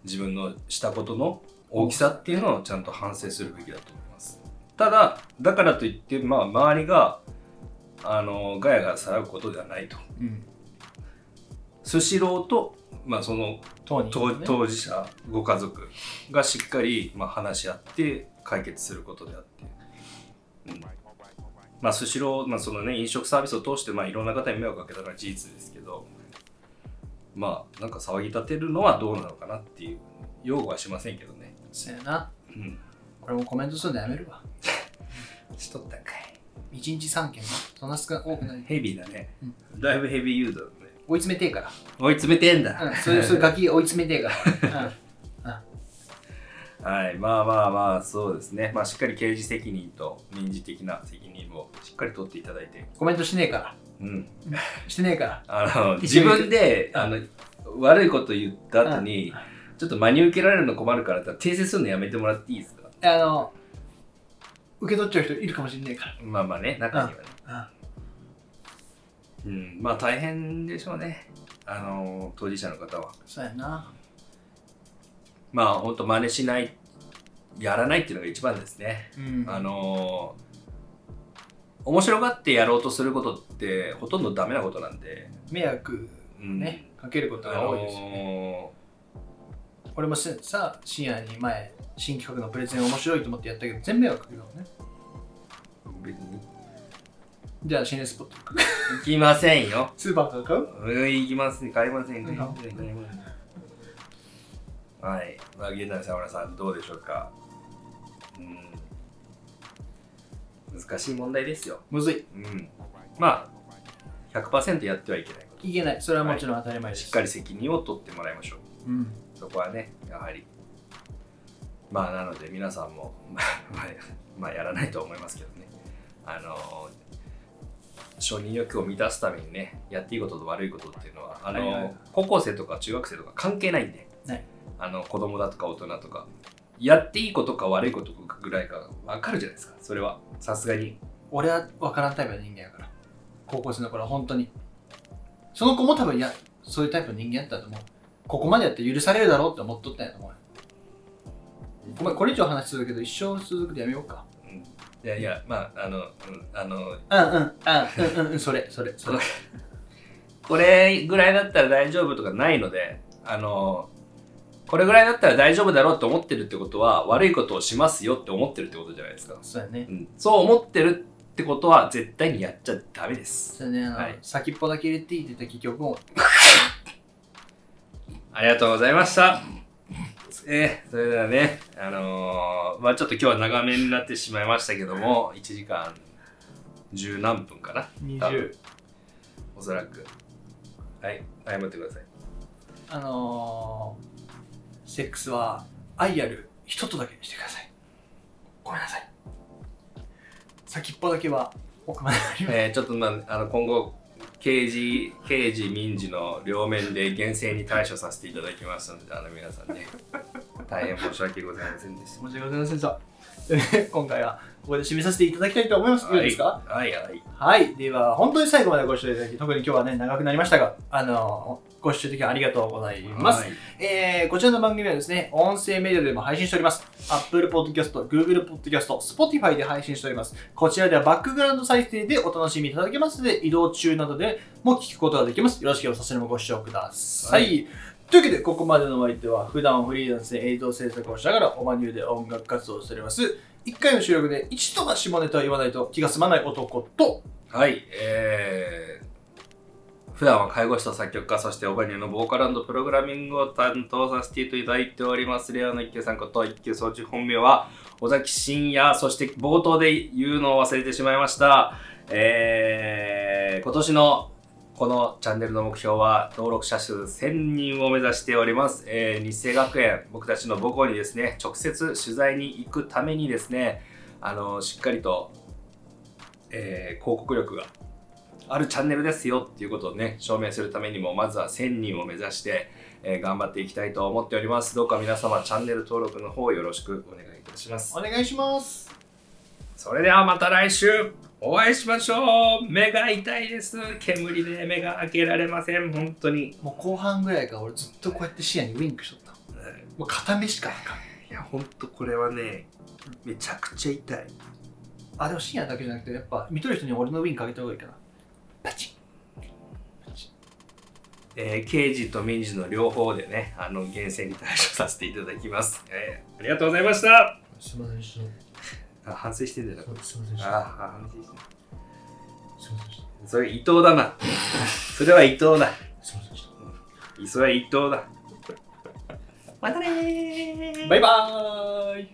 Speaker 2: 自分のしたことの大きさっていうのをちゃんと反省するべきだと思いますただだからといって、まあ、周りがあのガヤガヤさらうことではないと
Speaker 6: うん。
Speaker 2: スシローと、まあ、その
Speaker 6: 当人
Speaker 2: 当
Speaker 6: ね
Speaker 2: 当事者ご家族がしっかり、まあ、話し合って解決することであって、うんまあ、スシロー、まあそのね、飲食サービスを通して、まあ、いろんな方に迷惑をかけたのは事実ですけど、まあ、なんか騒ぎ立てるのはどうなのかなっていう擁護はしませんけどね、
Speaker 3: そうやな
Speaker 2: うん、
Speaker 3: 俺もコメントするのやめるわ
Speaker 2: しとったんかい
Speaker 3: 1日3件そんな少な多くない
Speaker 2: ヘビーだね、
Speaker 3: うん
Speaker 2: だいぶヘビー誘導だね
Speaker 3: 追い詰めてえから
Speaker 2: 追い詰めてんだ、
Speaker 3: うん、そう
Speaker 2: [laughs]
Speaker 3: いう、そういうガキ追い詰めてえから。うん
Speaker 2: はい、まあまあまあ、そうですね。まあ、しっかり刑事責任と民事的な責任をしっかり取っていただいて、
Speaker 3: コメントしねえから。
Speaker 2: うん。
Speaker 3: してねえから。
Speaker 2: あの、
Speaker 3: 一
Speaker 2: 自
Speaker 3: 緒に
Speaker 2: 分で、あの、悪いこと言った後に、ちょっと真に受けられるの困るからって、訂正するのやめてもらっていいですか
Speaker 3: あの、受け取っちゃう人いるかもしんねえか
Speaker 2: まあまあね、中にはね。
Speaker 3: ら。
Speaker 2: うん、まあ大変でしょうね。あの、当事者の方は。
Speaker 3: うん、そうやな。
Speaker 2: まあ、本当真似しない、やらないっていうのが一番ですね。
Speaker 6: うん。
Speaker 2: あのー面白がってやろうとすることってほとんどダメなことなんで、
Speaker 3: 迷惑
Speaker 2: うん
Speaker 3: ね、かけることが多いですよね。俺もせさ、深夜に前、新企画のプレゼン面白いと思ってやったけど、全迷惑かけるもんね。
Speaker 2: あのー別に
Speaker 3: じゃあ、心霊スポット行く。
Speaker 2: 行きませんよ
Speaker 3: スーパーから買う
Speaker 2: うん行きます買いません
Speaker 3: うん
Speaker 2: 買いません買いませんはい、まあ、現代沢村さんどうでしょうかうん難しい問題ですよ
Speaker 3: むずい。
Speaker 2: うんまあ100%やってはいけないこと
Speaker 3: いけない。それはもちろん当たり前です。
Speaker 2: しっかり責任を取ってもらいましょう
Speaker 3: うん。
Speaker 2: そこはね、やはり。まあ、なので皆さんも、 [laughs] まあ、まあまあ、やらないと思いますけどね。あの承認欲求を満たすためにね、やっていいことと悪いことっていうのは、あの
Speaker 3: はいはい
Speaker 2: 高校生とか中学生とか関係ないんで、
Speaker 3: ない
Speaker 2: あの子供だとか大人とか、やっていいことか悪いことかぐらいか分かるじゃないですか、それは。さすがに。
Speaker 3: 俺は分からんタイプの人間やから。高校生の頃は本当に。その子も多分や、そういうタイプの人間やったと思う。ここまでやって許されるだろうって思っとったんやと思うよ。お前これ以上話続けど一生続くでやめようか。
Speaker 2: うんいやいや、まあ、あの、うんあの、
Speaker 3: うんうん、うんうんうん、それ、それ、それ。
Speaker 2: これぐらいだったら大丈夫とかないので、あの、これぐらいだったら大丈夫だろうと思ってるってことは、悪いことをしますよって思ってるってことじゃないですか。
Speaker 3: そうやね
Speaker 2: う。ん、そう思ってるってことは、絶対にやっちゃダメです。
Speaker 3: そうやね、あの
Speaker 2: はい
Speaker 3: 先っぽだけ入れていいって言った結局も
Speaker 2: ありがとうございました。えーそれではね、あのーまあちょっと今日は長めになってしまいましたけども、1時間十何分かな。
Speaker 3: う
Speaker 2: 多分。おそらく。はい、謝ってください。
Speaker 3: あのー、セックスは愛ある人とだけにしてください。ごめんなさい。先っぽだけは奥まであります。
Speaker 2: えーちょっと、まあ、あの今後刑事刑事民事の両面で厳正に対処させていただきますのであの皆さん [laughs] ね大変申し訳ございませんでした
Speaker 3: 申し訳ございませんでした。でね [laughs] 今回はここで締めさせていただきたいと思います。いいですか
Speaker 2: はいはい
Speaker 3: はい。では、本当に最後までご視聴いただき、特に今日はね、長くなりましたが、あのー、ご視聴的にありがとうございます。
Speaker 2: はい
Speaker 3: えーこちらの番組はですね、音声メディアでも配信しております。Apple Podcast、Google Podcast、Spotify で配信しております。こちらではバックグラウンド再生でお楽しみいただけますので、移動中などでも聞くことができます。よろしければそちらもご視聴ください。
Speaker 2: はい
Speaker 3: というわけで、ここまでのお相手は、普段フリーランスで映像制作をしながら、オマニューで音楽活動をしております。1回の収録で一度は下ネタを言わないと気が済まない男と、
Speaker 2: はいえー普段は介護士と作曲家、そしてオバニューのボーカルプログラミングを担当させていただいております。レアの一休さんこと一休総中本名は尾崎真也、そして冒頭で言うのを忘れてしまいました。えー、今年のこのチャンネルの目標は登録者数1000人を目指しております。えー、日生学園、僕たちの母校にですね、直接取材に行くためにですね、あの、しっかりと、えー広告力があるチャンネルですよっていうことをね、証明するためにも、まずは1000人を目指して、えー頑張っていきたいと思っております。どうか皆様、チャンネル登録の方よろしくお願いいたします
Speaker 3: お。願いします
Speaker 2: それではまた来週お会いしましょう目が痛いです煙で目が開けられません本当に
Speaker 1: もう後半ぐらいから俺ずっとこうやって視野にウインクしとったもう片目しかなかん
Speaker 2: いや本当これはねめちゃくちゃ痛い
Speaker 1: あでも深夜だけじゃなくてやっぱ見とる人に俺のウインクかけた方がいいかなパチン
Speaker 2: えー刑事と民事の両方でねあの厳正に対処させていただきます、えーありがとうございました
Speaker 1: すいませんでし
Speaker 2: あ反省してんだよな
Speaker 1: たすいませんでし
Speaker 2: あ
Speaker 1: た
Speaker 2: あ反省して
Speaker 1: すいませんでした
Speaker 2: るそれ伊藤だなそれは伊藤だ
Speaker 1: すいませんでした
Speaker 2: それは伊藤だ
Speaker 3: バイバーイ